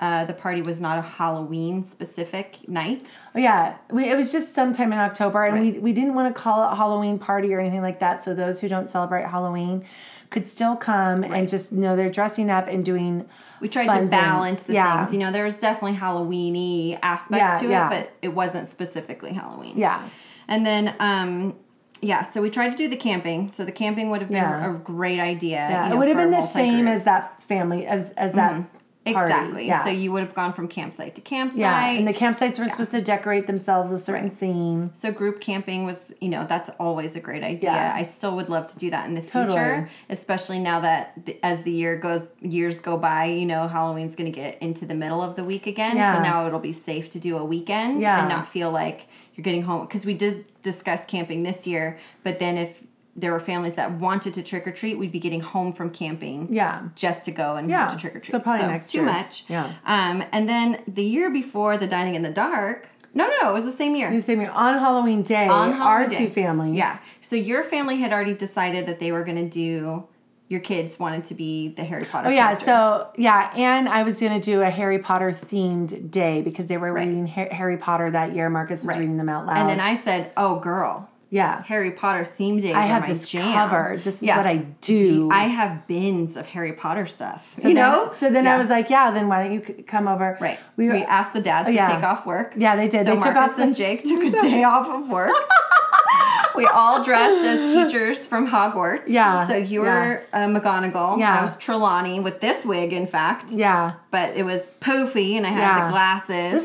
uh, the party was not a Halloween specific night. Oh, yeah, we, it was just sometime in October, and we we didn't want to call it Halloween party or anything like that. So those who don't celebrate Halloween could still come and just know they're dressing up and doing. We tried fun to things. balance the Yeah. things. You know, there was definitely Halloweeny aspects Yeah, to yeah. it, but it wasn't specifically Halloween. Yeah. And then, um, yeah, so we tried to do the camping. So the camping would have been Yeah. a great idea. Yeah, you know, it would have for been the multi-groups. Mm-hmm. same as that family as, as that party. Exactly. Yeah. So you would have gone from campsite to campsite. Yeah, and the campsites were supposed to decorate themselves a certain theme. So group camping was, you know, that's always a great idea. Yeah. I still would love to do that in the Totally. future, especially now that the, as the year goes, years go by, you know, Halloween's going to get into the middle of the week again. Yeah. So now it'll be safe to do a weekend Yeah. and not feel like you're getting home because we did discuss camping this year, but then if there were families that wanted to trick or treat, we'd be getting home from camping Yeah. just to go and Yeah. have to trick or treat. So probably next too year. much. Yeah. Um, and then the year before the dining in the dark. No, no, no, it was the same year You saved me on Halloween day. on our holiday. two families. Yeah. So your family had already decided that they were going to do. Your kids wanted to be the Harry Potter. Oh yeah, characters. so yeah, and I was gonna do a Harry Potter themed day because they were Right. reading Har- Harry Potter that year. Marcus was Right. reading them out loud. And then I said, "Oh, girl, yeah, Harry Potter theme days um, I are have my this jam." covered. This is Yeah. what I do. I have bins of Harry Potter stuff. so you then- know. So then I Yeah. was like, yeah, then why don't you c- come over? right. We, were, We, Oh, asked the dads yeah. to take off work. yeah, they did. So they took Marcus off and the Jake took a day off of work. we all dressed as teachers from Hogwarts. Yeah, So you were uh, McGonagall. Yeah. I was Trelawney with this wig, in fact. yeah. But it was poofy, and I had Yeah. the glasses.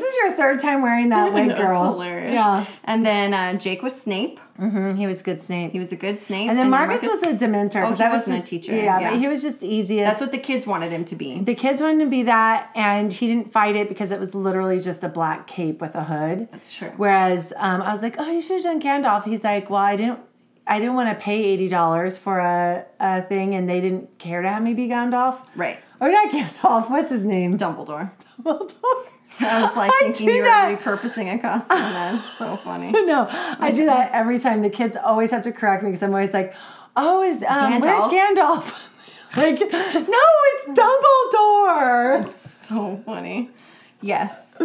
This is your third time wearing that wig, That's girl. hilarious. Yeah, And then uh, Jake was Snape. hmm he was good Snape. He was a good Snape. And then Marcus, was a dementor. 'cause he that was wasn't a just- teacher, Yeah, yeah. but he was just easiest. That's what the kids wanted him to be. the kids wanted to be that, and he didn't fight it because it was literally just a black cape with a hood. That's true. Whereas um, I was like, "Oh, you should have done Gandalf." He's like, "Well, I didn't, I didn't want to pay eighty dollars for a, a thing, and they didn't care to have me be Gandalf, Right. or not Gandalf. What's his name? Dumbledore. Dumbledore. I was like I thinking do you were that. repurposing a costume. That's so funny. no, I do that every time. The kids always have to correct me because I'm always like, "Oh, is um, where's Gandalf?" like, no, it's Dumbledore. So funny. Yes. So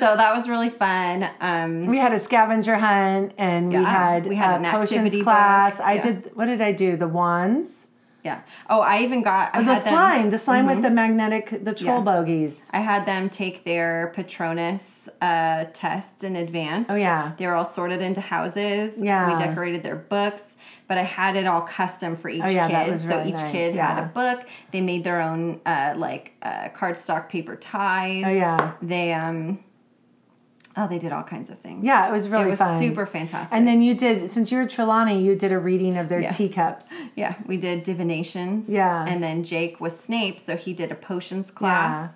that was really fun. Um, We had a scavenger hunt, and we Yeah, had we had a an potions activity class. book. I Yeah. did. What did I do? The wands, yeah. Oh, I even got I the had them- Mm-hmm. slime, the slime with the magnetic, the troll Yeah. bogies. I had them take their Patronus uh, tests in advance. Oh yeah, They were all sorted into houses. Yeah. We decorated their books, but I had it all custom for each Oh, yeah, kid. that was so really each nice, kid yeah. had a book. They made their own uh, like uh, cardstock paper ties. oh yeah, They um oh they did all kinds of things. yeah. It was really It was fun. super fantastic. And then you did, since you were Trelawney, you did a reading of their Yeah. teacups. yeah, we did divinations. Yeah. And then Jake was Snape, so he did a potions class.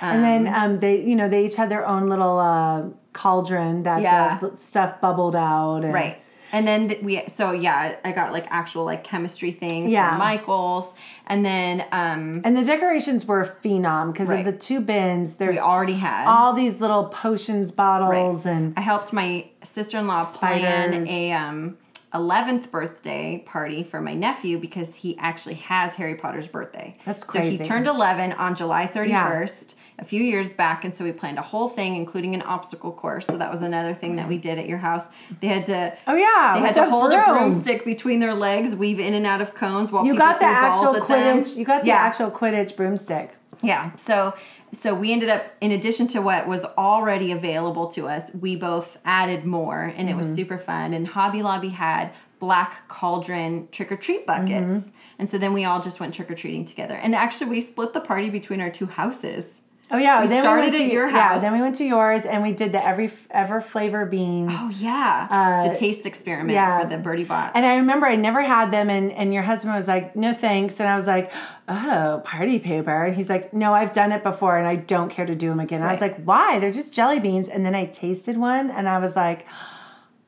and then um, they, you know, they each had their own little uh, cauldron that Yeah. the stuff bubbled out. And, Right. And then th- we, so yeah, I got like actual like chemistry things Yeah. from Michael's. And then um, And the decorations were phenom because Right. of the two bins. There's we already had. all these little potions bottles and I helped my sister in law plan Spiders. a um, 11th birthday party for my nephew because he actually has Harry Potter's birthday. That's So crazy. he turned 11 on July 31st. A few years back, and so we planned a whole thing, including an obstacle course. So that was another thing that we did at your house. They had to oh yeah, They with had the to hold a broom. broomstick between their legs, weave in and out of cones while You people got the threw actual balls at them. Quidditch. You got the yeah. actual Quidditch broomstick. Yeah. So so we ended up in addition to what was already Mm-hmm. available to us, we both added more and it was super fun. And Hobby Lobby had black cauldron trick or treat buckets. Mm-hmm. And so then we all just went trick or treating together. And actually, we split the party between our two houses. Oh yeah, we started went at to your yeah, house. then we went to yours, and we did the every ever flavor bean. Oh, yeah. the taste experiment Uh, yeah. for the birdie bot. And I remember I never had them, and, and your husband was like, no thanks. And I was like, oh, party paper. And he's like, no, I've done it before and I don't care to do them again. And I was Right. like, why? They're just jelly beans. And then I tasted one and I was like,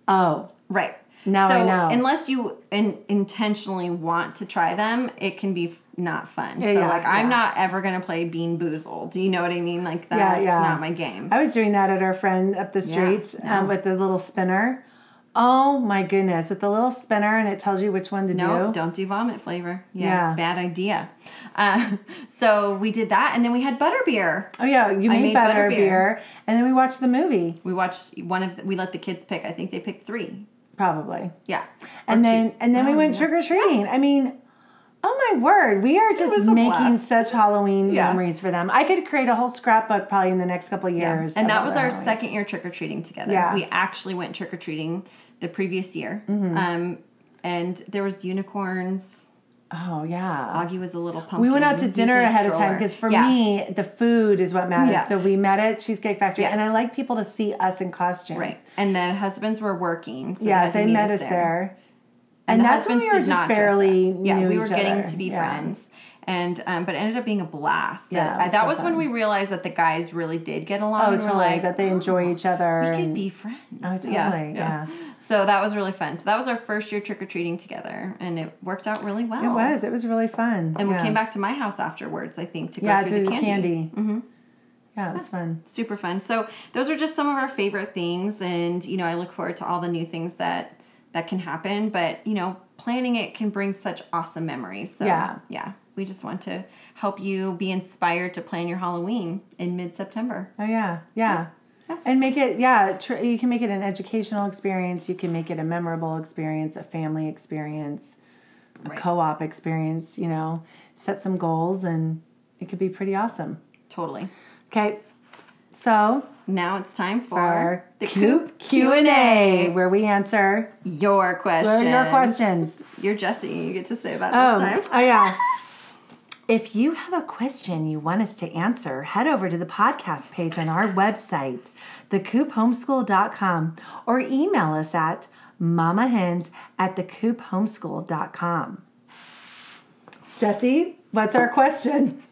oh, Right. Now I so know. Unless you in, intentionally want to try them, it can be f- not fun. Yeah, so yeah, like, I'm yeah. not ever gonna play Bean Boozled. Do you know what I mean? Like that's yeah. not my game. I was doing that at our friend up the streets um, with the little spinner. Oh my goodness, with the little spinner and it tells you which one to No, do. don't do vomit flavor. Yeah, Yeah. bad idea. Uh, so we did that, and then we had butterbeer. Oh yeah, you made, made butter, butterbeer. beer, and then we watched the movie We watched one of. The, we let the kids pick. I think they picked three. probably, Yeah, and Or two. then and Oh, then we went trick or treating. I mean, oh my word, we are just was a making blast. such Halloween Yeah. memories for them. I could create a whole scrapbook probably in the next couple of years. And that about was their our Halloween. second year trick or treating together. Yeah. We actually went trick or treating the previous year. Mm-hmm. Um, and there was unicorns. Oh yeah. Augie was a little pumpkin. We went out to He was dinner in a ahead of time stroller. because for Yeah. me, the food is what matters. Yeah. So we met at Cheesecake Factory, Yeah. and I like people to see us in costumes. right. And the husbands were working. So Yeah, had to they meet met us there. And, And, the that's when husbands we were did just not dress barely up. Yeah, knew we were each getting other. to be Yeah. friends. And um, but it ended up being a blast. Yeah, that it was that so was when fun. we realized that the guys really did get along. Oh, and totally. were like, "Oh, that they enjoy each other. we could and- be friends. Oh, totally. yeah. So that was really fun. So that was our first year trick or treating together, and it worked out really well. It was. It was really fun. And Yeah. we came back to my house afterwards, I think, to go Yeah, through to the the candy. Mm-hmm. candy. Yeah, it was fun. Super fun. So those are just some of our favorite things, and you know, I look forward to all the new things that that can happen. But you know, planning it can bring such awesome memories. So Yeah. yeah. We just want to help you be inspired to plan your Halloween in mid-September. Oh yeah, yeah. And make it, yeah, tr- you can make it an educational experience. You can make it a memorable experience, a family experience, a Right. co op experience, you know, set some goals and it could be pretty awesome. Totally. Okay. So, Now it's time for our the Coop Coop Q&A. where we answer Your your- question. your questions. You're Jesse. You get to say about Oh, this time. oh yeah. If you have a question you want us to answer, head over to the podcast page on our website, thecoophomeschool.com, or email us at mamahens at thecoophomeschool.com. Jesse, what's our question?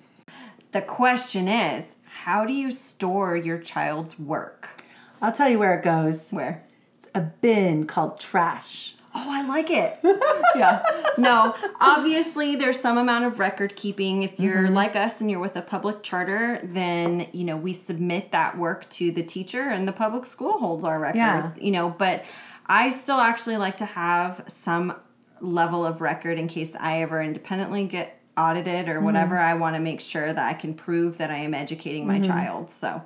The question is, how do you store your child's work? I'll tell you where it goes. Where? It's a bin called trash. Oh, I like it. yeah. No, obviously there's some amount of record keeping. If you're like us and you're with a public charter, then, you know, we submit that work to the teacher and the public school holds our records, Yeah. you know, but I still actually like to have some level of record in case I ever independently get audited or whatever. I want to make sure that I can prove that I am educating my child. So,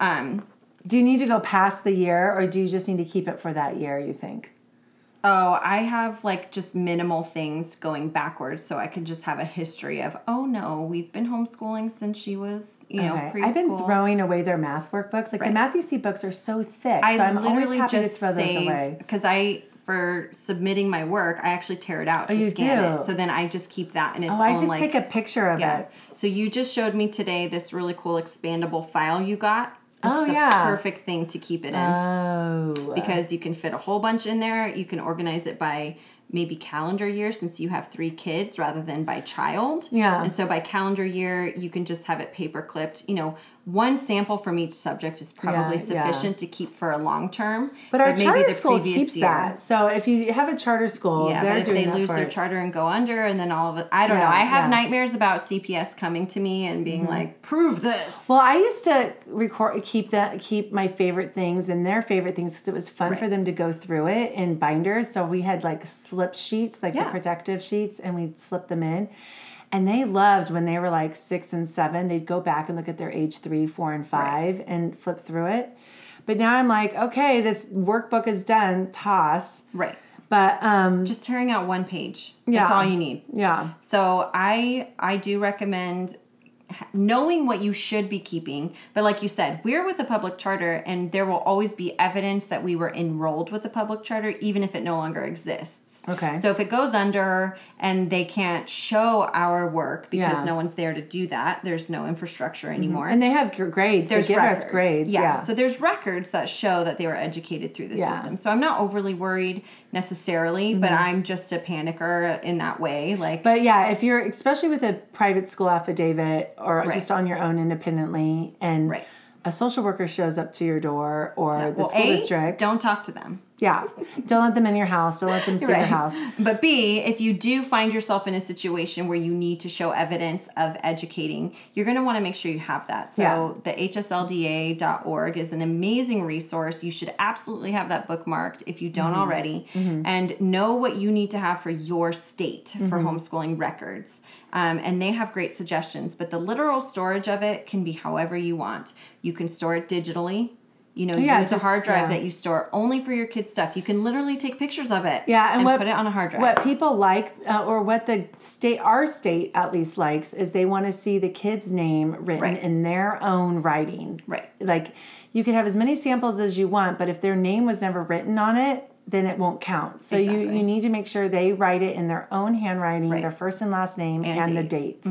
um, Do you need to go past the year or do you just need to keep it for that year, you think? Oh, I have like just minimal things going backwards, so I can just have a history of, oh no, we've been homeschooling since she was, you know, Okay. preschool. I've been throwing away their math workbooks. Like the math you see books are so thick, I so I'm always literally happy to just throw those away. because I for submitting my work, I actually tear it out to Oh, you scan do? it. So then I just keep that in its Oh, own I just like take a picture of yeah. it. So you just showed me today this really cool expandable file you got. It's Oh, the yeah. perfect thing to keep it in. Oh, because you can fit a whole bunch in there. You can organize it by maybe calendar year since you have three kids rather than by child. Yeah. And so by calendar year, you can just have it paper clipped. You know, one sample from each subject is probably Yeah, yeah. sufficient to keep for a long term. but our charter the school previous keeps that. So if you have a charter school, Yeah, they're but if doing they that lose for their us. charter and go under, and then all of it, I don't know. Yeah, I have yeah. Mm-hmm. nightmares about CPS coming to me and being like, prove this. Well, I used to record keep that keep my favorite things and their favorite things because it was fun for them to go through it in binders. So we had like slip sheets, like Yeah. the protective sheets, and we'd slip them in. And they loved when they were like six and seven. They'd go back and look at their age three, four, and five, and flip through it. But now I'm like, okay, this workbook is done. Toss. Right. But um, Just tearing out one page. That's Yeah. all you need. yeah, So I I do recommend ha- knowing what you should be keeping. But like you said, we're with a public charter and there will always be evidence that we were enrolled with a public charter even if it no longer exists. days. Okay. So if it goes under and they can't show our work because Yeah. Mm-hmm. no one's there to do that, there's no infrastructure anymore. And they have gr- grades. there's they give records. us grades. Yeah. So there's records that show that they were educated through the Yeah. Mm-hmm. system. So I'm not overly worried necessarily, but I'm just a panicker in that way. Like but yeah, if you're especially with a private school affidavit or just on your own independently, and Right. a social worker shows up to your door or the well, school A, district, don't talk to them. yeah, don't let them in your house. Don't let them see your house. But B, if you do find yourself in a situation where you need to show evidence of educating, you're going to want to make sure you have that. So Yeah. the hslda.org is an amazing resource. You should absolutely have that bookmarked if you Mm-hmm. don't already and know what you need to have for your state for Mm-hmm. homeschooling records. Um, and they have great suggestions, but the literal storage of it can be however you want. You can store it digitally. You know, Yeah, use a just- hard drive yeah. that you store only for your kids' stuff. You can literally take pictures of it Yeah, and what- put it on a hard drive. What people like, uh, or what the state, our state at least likes, is they want to see the kid's name written Right. in their own writing. Right. Like you could have as many samples as you want, but if their name was never written on it, then it won't count. So you, Exactly. you need to make sure they write it in their own handwriting, their first and last name, and, And the date.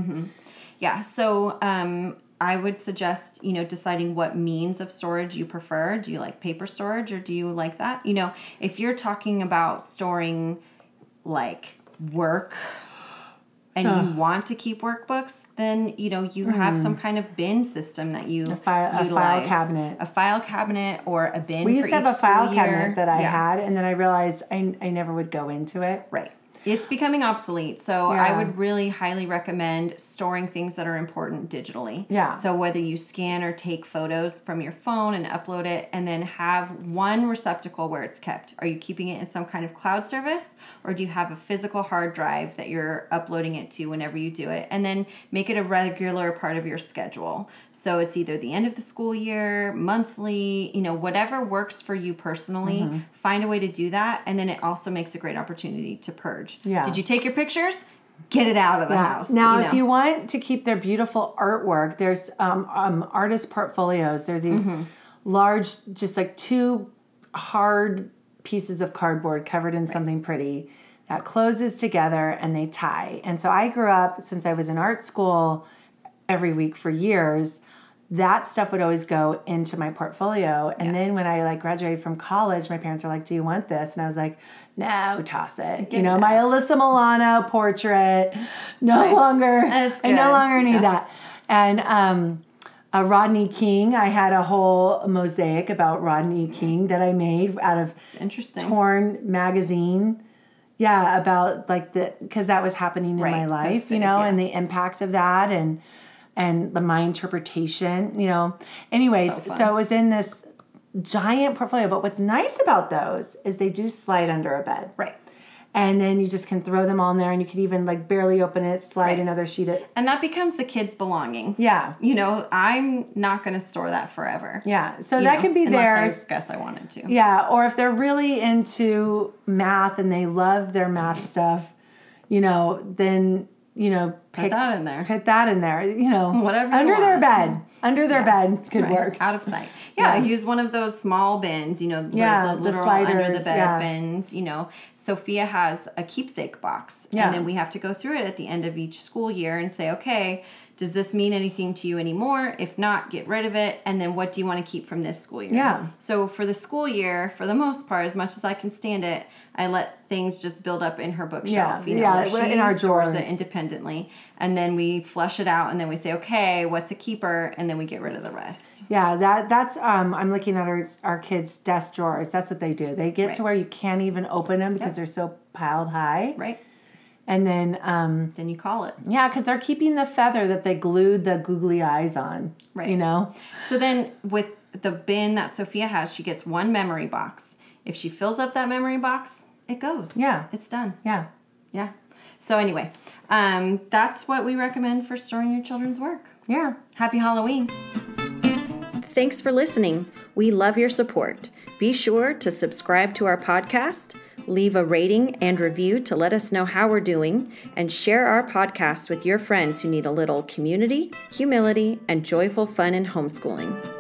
Yeah. So um, I would suggest, you know, deciding what means of storage you prefer. Do you like paper storage or do you like that? You know, if you're talking about storing like work and you want to keep workbooks, then, you know, you have some kind of bin system that you a file- Hmm. a file cabinet. A file cabinet or a bin. We used to have a file cabinet that I had, had. and then I realized I, I never would go into it. Right. It's becoming obsolete. So I Yeah. would really highly recommend storing things that are important digitally. Yeah. So whether you scan or take photos from your phone and upload it, and then have one receptacle where it's kept. Are you keeping it in some kind of cloud service, or do you have a physical hard drive that you're uploading it to whenever you do it? And then make it a regular part of your schedule. So it's either the end of the school year, monthly, you know, whatever works for you personally, Mm-hmm. find a way to do that. And then it also makes a great opportunity to purge. Yeah. Did you take your pictures? Get it out of the Yeah. house. Now, you if know. you want to keep their beautiful artwork, there's um, um, artist portfolios. They're these Mm-hmm. large, just like two hard pieces of cardboard covered in something pretty that closes together and they tie. And so I grew up since I was in art school every week for years. That stuff would always go into my portfolio. And then when I like graduated from college, my parents were like, Do you want this? And I was like, No, toss it. you know, my Alyssa Milano portrait. No longer That's I no good. longer need that. And um uh, Rodney King, I had a whole mosaic about Rodney King that I made out of it's interesting. porn magazine. Yeah, about like the because that was happening in my Right, life, that's you big, know, yeah. and the impact of that, and and the, my interpretation, you know. Anyways, So so, fun. it was in this giant portfolio. But what's nice about those is they do slide under a bed, right. and then you just can throw them on there, and you could even like barely open it, slide another sheet. Of, And that becomes the kid's belonging. yeah, You know, I'm not going to store that forever. yeah. So You that know, can be unless theirs. I guess I wanted to. Yeah, or if they're really into math and they love their math stuff, you know, then you know, Put pick that in there. put that in there. You know, Whatever you under their want. bed, under their bed could Right. work. out of sight. Yeah, use one of those small bins, you know, the, Yeah, the the literal under the sliders, bed yeah. bins, you know. Sophia has a keepsake box. Yeah. And then we have to go through it at the end of each school year and say, okay, does this mean anything to you anymore? If not, get rid of it. And then what do you want to keep from this school year? Yeah. So for the school year, for the most part, as much as I can stand it, I let things just build up in her Yeah, bookshelf. you know, yeah, where in she our stores drawers. it independently. And then we flush it out and then we say, okay, what's a keeper? And then we get rid of the rest. Yeah, that that's um I'm looking at our our kids' desk drawers. That's what they do. They get to Right. where you can't even open them because they're so piled high. Right. And then um Then you call it. yeah, cuz they're keeping the feather that they glued the googly eyes on. Right. You know. So then with the bin that Sophia has, she gets one memory box. If she fills up that memory box, it goes. Yeah. It's done. Yeah. Yeah. So anyway, um, that's what we recommend for storing your children's work. Yeah. Happy Halloween. Thanks for listening. We love your support. Be sure to subscribe to our podcast, leave a rating and review to let us know how we're doing, and share our podcast with your friends who need a little community, humility, and joyful fun in homeschooling.